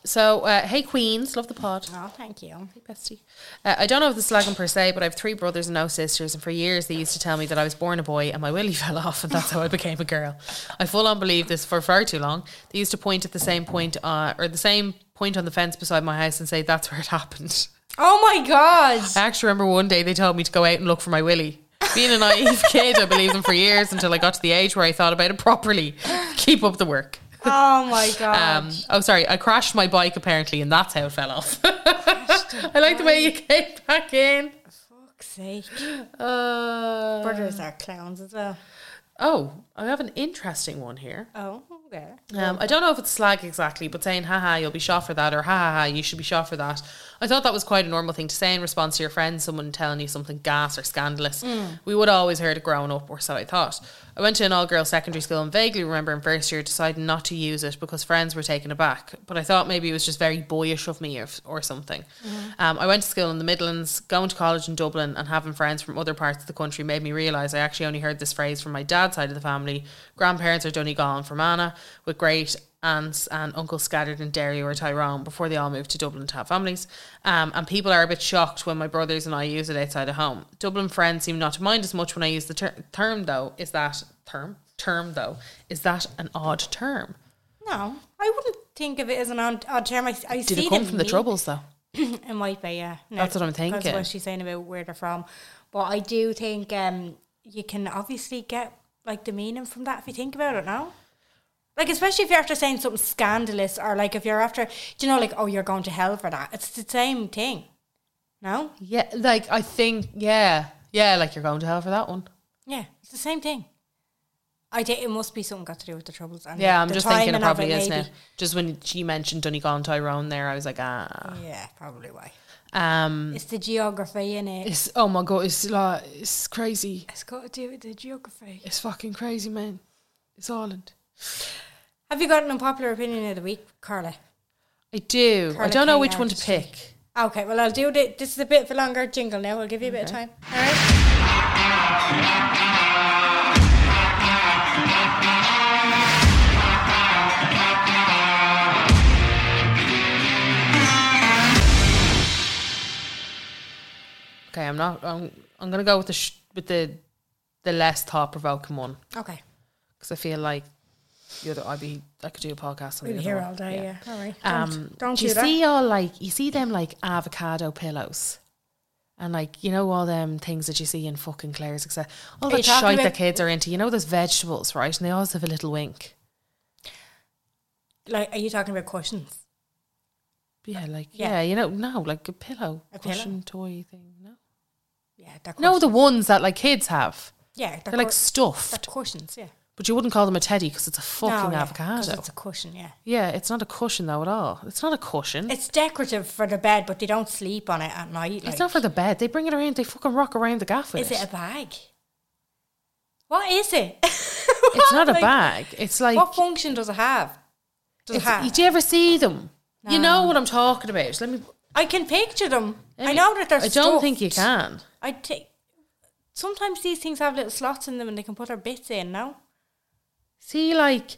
so uh, hey, Queens, love the pod.
Oh, thank you.
Bestie. Uh, I don't know if this is slagging per se, but I have three brothers and no sisters, and for years they used to tell me that I was born a boy and my willy fell off, and that's how I became a girl. I full on believed this for far too long. They used to point at the same point uh, or the same point on the fence beside my house and say that's where it happened.
Oh my god.
I actually remember one day they told me to go out and look for my willy. Being a naive kid, I believed them for years until I got to the age where I thought about it properly. Keep up the work.
Oh my god.
Um, oh, sorry. I crashed my bike apparently, and that's how it fell off. I like the way you came back in.
Fuck's sake.
Uh,
Brothers are clowns as well.
oh, I have an interesting one here.
Oh, okay.
Um, I don't know if it's slag exactly, but saying "haha, you'll be shot for that" or "ha ha ha, you should be shot for that," I thought that was quite a normal thing to say in response to your friend, someone telling you something gas or scandalous. We would always heard it growing up, or so I thought. I went to an all-girls secondary school and vaguely remember in first year deciding not to use it because friends were taken aback. But I thought maybe it was just very boyish of me or, or something. Um, I went to school in the Midlands, going to college in Dublin, and having friends from other parts of the country made me realise I actually only heard this phrase from my dad's side of the family. Grandparents are Donegal and Fermanagh, with great aunts and uncles scattered in Derry or Tyrone before they all moved to Dublin to have families. Um, and people are a bit shocked when my brothers and I use it outside of home. Dublin friends seem not to mind as much when I use the ter- term, though. Is that term? Term though is that an odd term?
No, I wouldn't think of it as an odd, odd term. I, I
Did
see
it come
in
from the
me.
Troubles though?
it might be, yeah. No,
That's what I'm
That's
thinking.
what she's saying about where they're from. But I do think um, you can obviously get like the meaning from that if you think about it now. Like especially if you're after saying something scandalous or like if you're after do you know like oh you're going to hell for that. It's the same thing. No?
Yeah, like I think yeah, yeah, like you're going to hell for that one.
Yeah, it's the same thing. I think it must be something got to do with the troubles and
Yeah, I'm
the
just thinking it
timing of
probably is now.
maybe.
Just when she mentioned Donegal and Tyrone there, I was like, ah.
Yeah, probably why.
Um,
It's the geography in it.
it's, oh my God, it's like, it's crazy.
It's got to do with the geography.
It's fucking crazy, man. It's Ireland.
Have you got an unpopular opinion of the week, Carla?
I do. I
Carla
don't know
Kay
which one to
artistry.
pick.
Okay, well, I'll do it. This is a bit of a longer jingle now. I'll give you a bit of time. All right.
Okay, I'm not. I'm. I'm gonna go with the sh- with the the less thought provoking one
Okay.
because I feel like the other. I'd be. I could do a podcast on the
We'll
other
be here
one.
all day. Yeah. All right. Don't,
Um,
don't
do
do
you
that.
see all like you see them like avocado pillows, and like you know all them things that you see in fucking Claire's, etc. All
Are
the
you talking
shite that
about-
kids are into. You know those vegetables, right? And they always have a little wink.
like, are you talking about cushions?
Yeah, like
Yeah.
yeah, you know, no, like a pillow,
A pillow?
cushion toy thing. No,
Yeah. They're
no, the
cushions.
ones that like kids have.
yeah, they're,
They're, like
cur-
stuffed,
They're cushions. Yeah.
but you wouldn't call them a teddy because it's a fucking
No, yeah, 'cause
avocado.
It's a cushion. Yeah.
yeah, it's not a cushion though at all. It's not a cushion. It's,
It's decorative for the bed, but they don't sleep on it at night. like-
not for the bed. They bring it around. They fucking rock around the gaff
Is
with
it a bag? What is it?
it's not a
Like,
bag. It's like
what function does it have? Does it
It's-
have?
Did you ever see them?
No.
You know what I'm talking about. Let me.
I can picture them.
let
I
me-
know that they're.
I don't think you
stuffed.
can.
I take. Sometimes these things have little slots in them, and they can put their bits in. No.
See, like,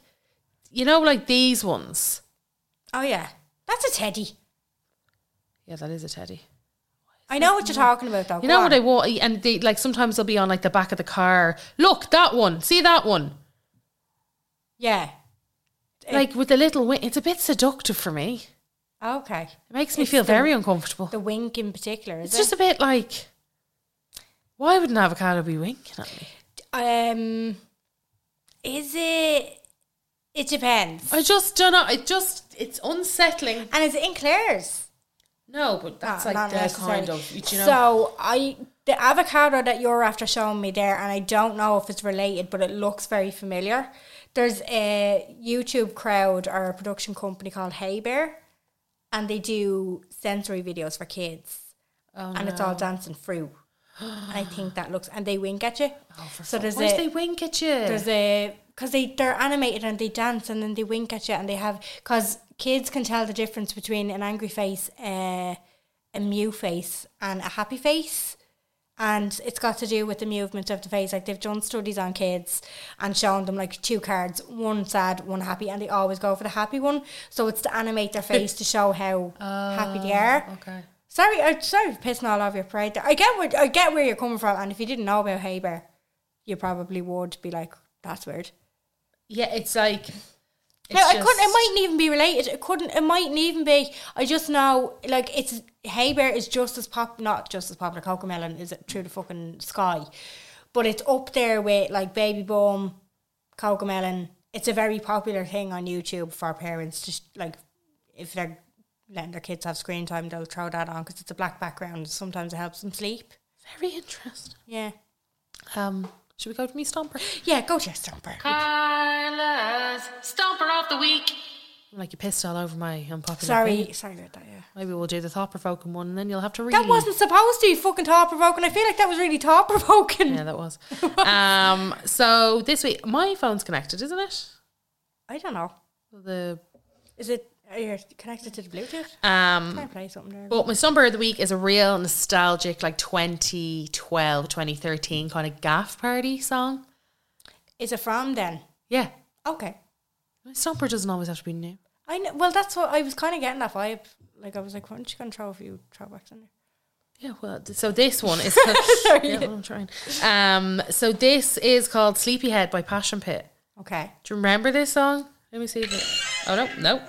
you know, like these ones.
Oh yeah, that's a teddy.
Yeah, that is a teddy.
I know what you're talking about, though.
Mm. You
Oh, Go
know what
on.
I want? And they like sometimes they'll be on like the back of the car. Look, that one. See that one?
Yeah. It-
Like with the little wing. It's a bit seductive for me.
Okay.
It makes me
It's
feel
the-
very uncomfortable.
The wink in particular. Is
it's just a bit like. Why would an avocado be winking at me?
um. Is it? It depends.
I just don't know. It just it's unsettling.
And is it in Claire's?
No, but that's
No,
like
Ah, not
the kind
necessarily.
of you know.
So I the avocado that you're after showing me there, and I don't know if it's related, but it looks very familiar. There's a YouTube crowd or a production company called Hey Bear, and they do sensory videos for kids,
Oh,
and it's all dancing through. and I think that looks, and they wink at you.
Oh,
so there's
Why
a,
do they wink at you?
there's a because they they're animated and they dance and then they wink at you and they have because kids can tell the difference between an angry face, uh, a mew face, and a happy face. And it's got to do with the movement of the face. Like they've done studies on kids and shown them like two cards, one sad, one happy, and they always go for the happy one. So it's to animate their face to show how happy they are.
okay.
Sorry, I'm sorry for pissing all over your parade. There. I get what I get where you're coming from, and if you didn't know about Haber, you probably would be like, "That's weird."
Yeah, it's like.
no, I couldn't. It mightn't even be related. It couldn't. It mightn't even be. I just know, like, it's Haber is just as pop, not just as popular. Cocomelon is through the fucking sky, but it's up there with like Baby Boom, Cocomelon. It's a very popular thing on YouTube for parents. Just like if they're letting their kids have screen time, they'll throw that on because it's a black background. Sometimes it helps them sleep.
Very interesting.
Yeah.
Um, should we go to me stomper?
Yeah, go to your stomper.
Kyla's stomper of the week. Like you pissed all over my unpopular.
Sorry,
opinion.
sorry about that, yeah.
Maybe we'll do the thought provoking one, and then you'll have to read.
That wasn't supposed to be fucking thought provoking. I feel like that was really thought provoking.
Yeah, that was. um, so this week my phone's connected, isn't it?
I don't know.
The
Is it are you connected to the Bluetooth?
um,
Can I play something there?
But my summer of the week is a real nostalgic, like 2012, 2013 kind of gaff party song.
Is it from then?
Yeah.
Okay.
My summer doesn't always have to be new.
I know, well that's what I was kinda getting that vibe. Like I was like, why don't you gonna throw a few throwbacks in there?
Yeah, well, th- so this one is. Yeah, well, I'm trying. Um, so this is called Sleepyhead by Passion Pit.
Okay.
Do you remember this song? Let me see if it. Oh, no, no.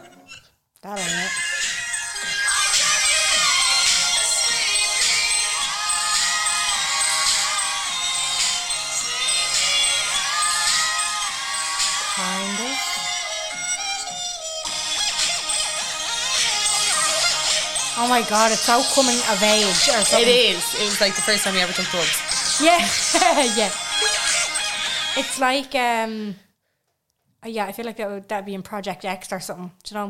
That ain't it. Kind of. Oh my god, it's so coming of age or something.
It is. It was like the first time you ever took drugs.
Yeah, yeah. It's like um, uh, yeah. I feel like that would that'd be in Project X or something. Do you know?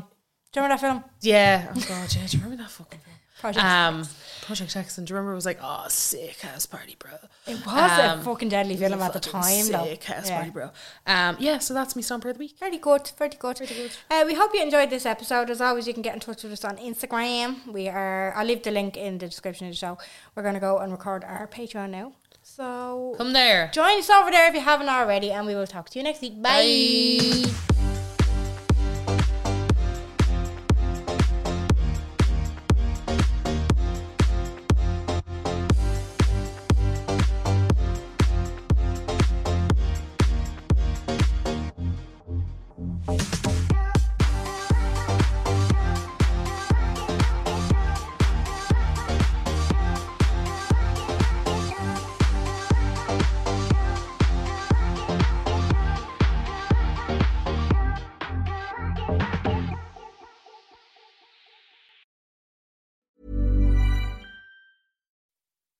Do you remember that film?
Yeah. Oh, God, yeah. Do you remember that fucking film?
Project
Um, Project X, and do you remember it was like, oh, sick house party, bro.
It was a
Um,
fucking deadly
it was a
film at the
fucking
time, though.
Sick house
Yeah.
party, bro. Um, yeah, so that's me stomper of the week.
Very good, very good. Uh, we hope you enjoyed this episode. As always, you can get in touch with us on Instagram. We are. I'll leave the link in the description of the show. We're going to go and record our Patreon now. So
Come there.
join us over there if you haven't already, and we will talk to you next week. Bye.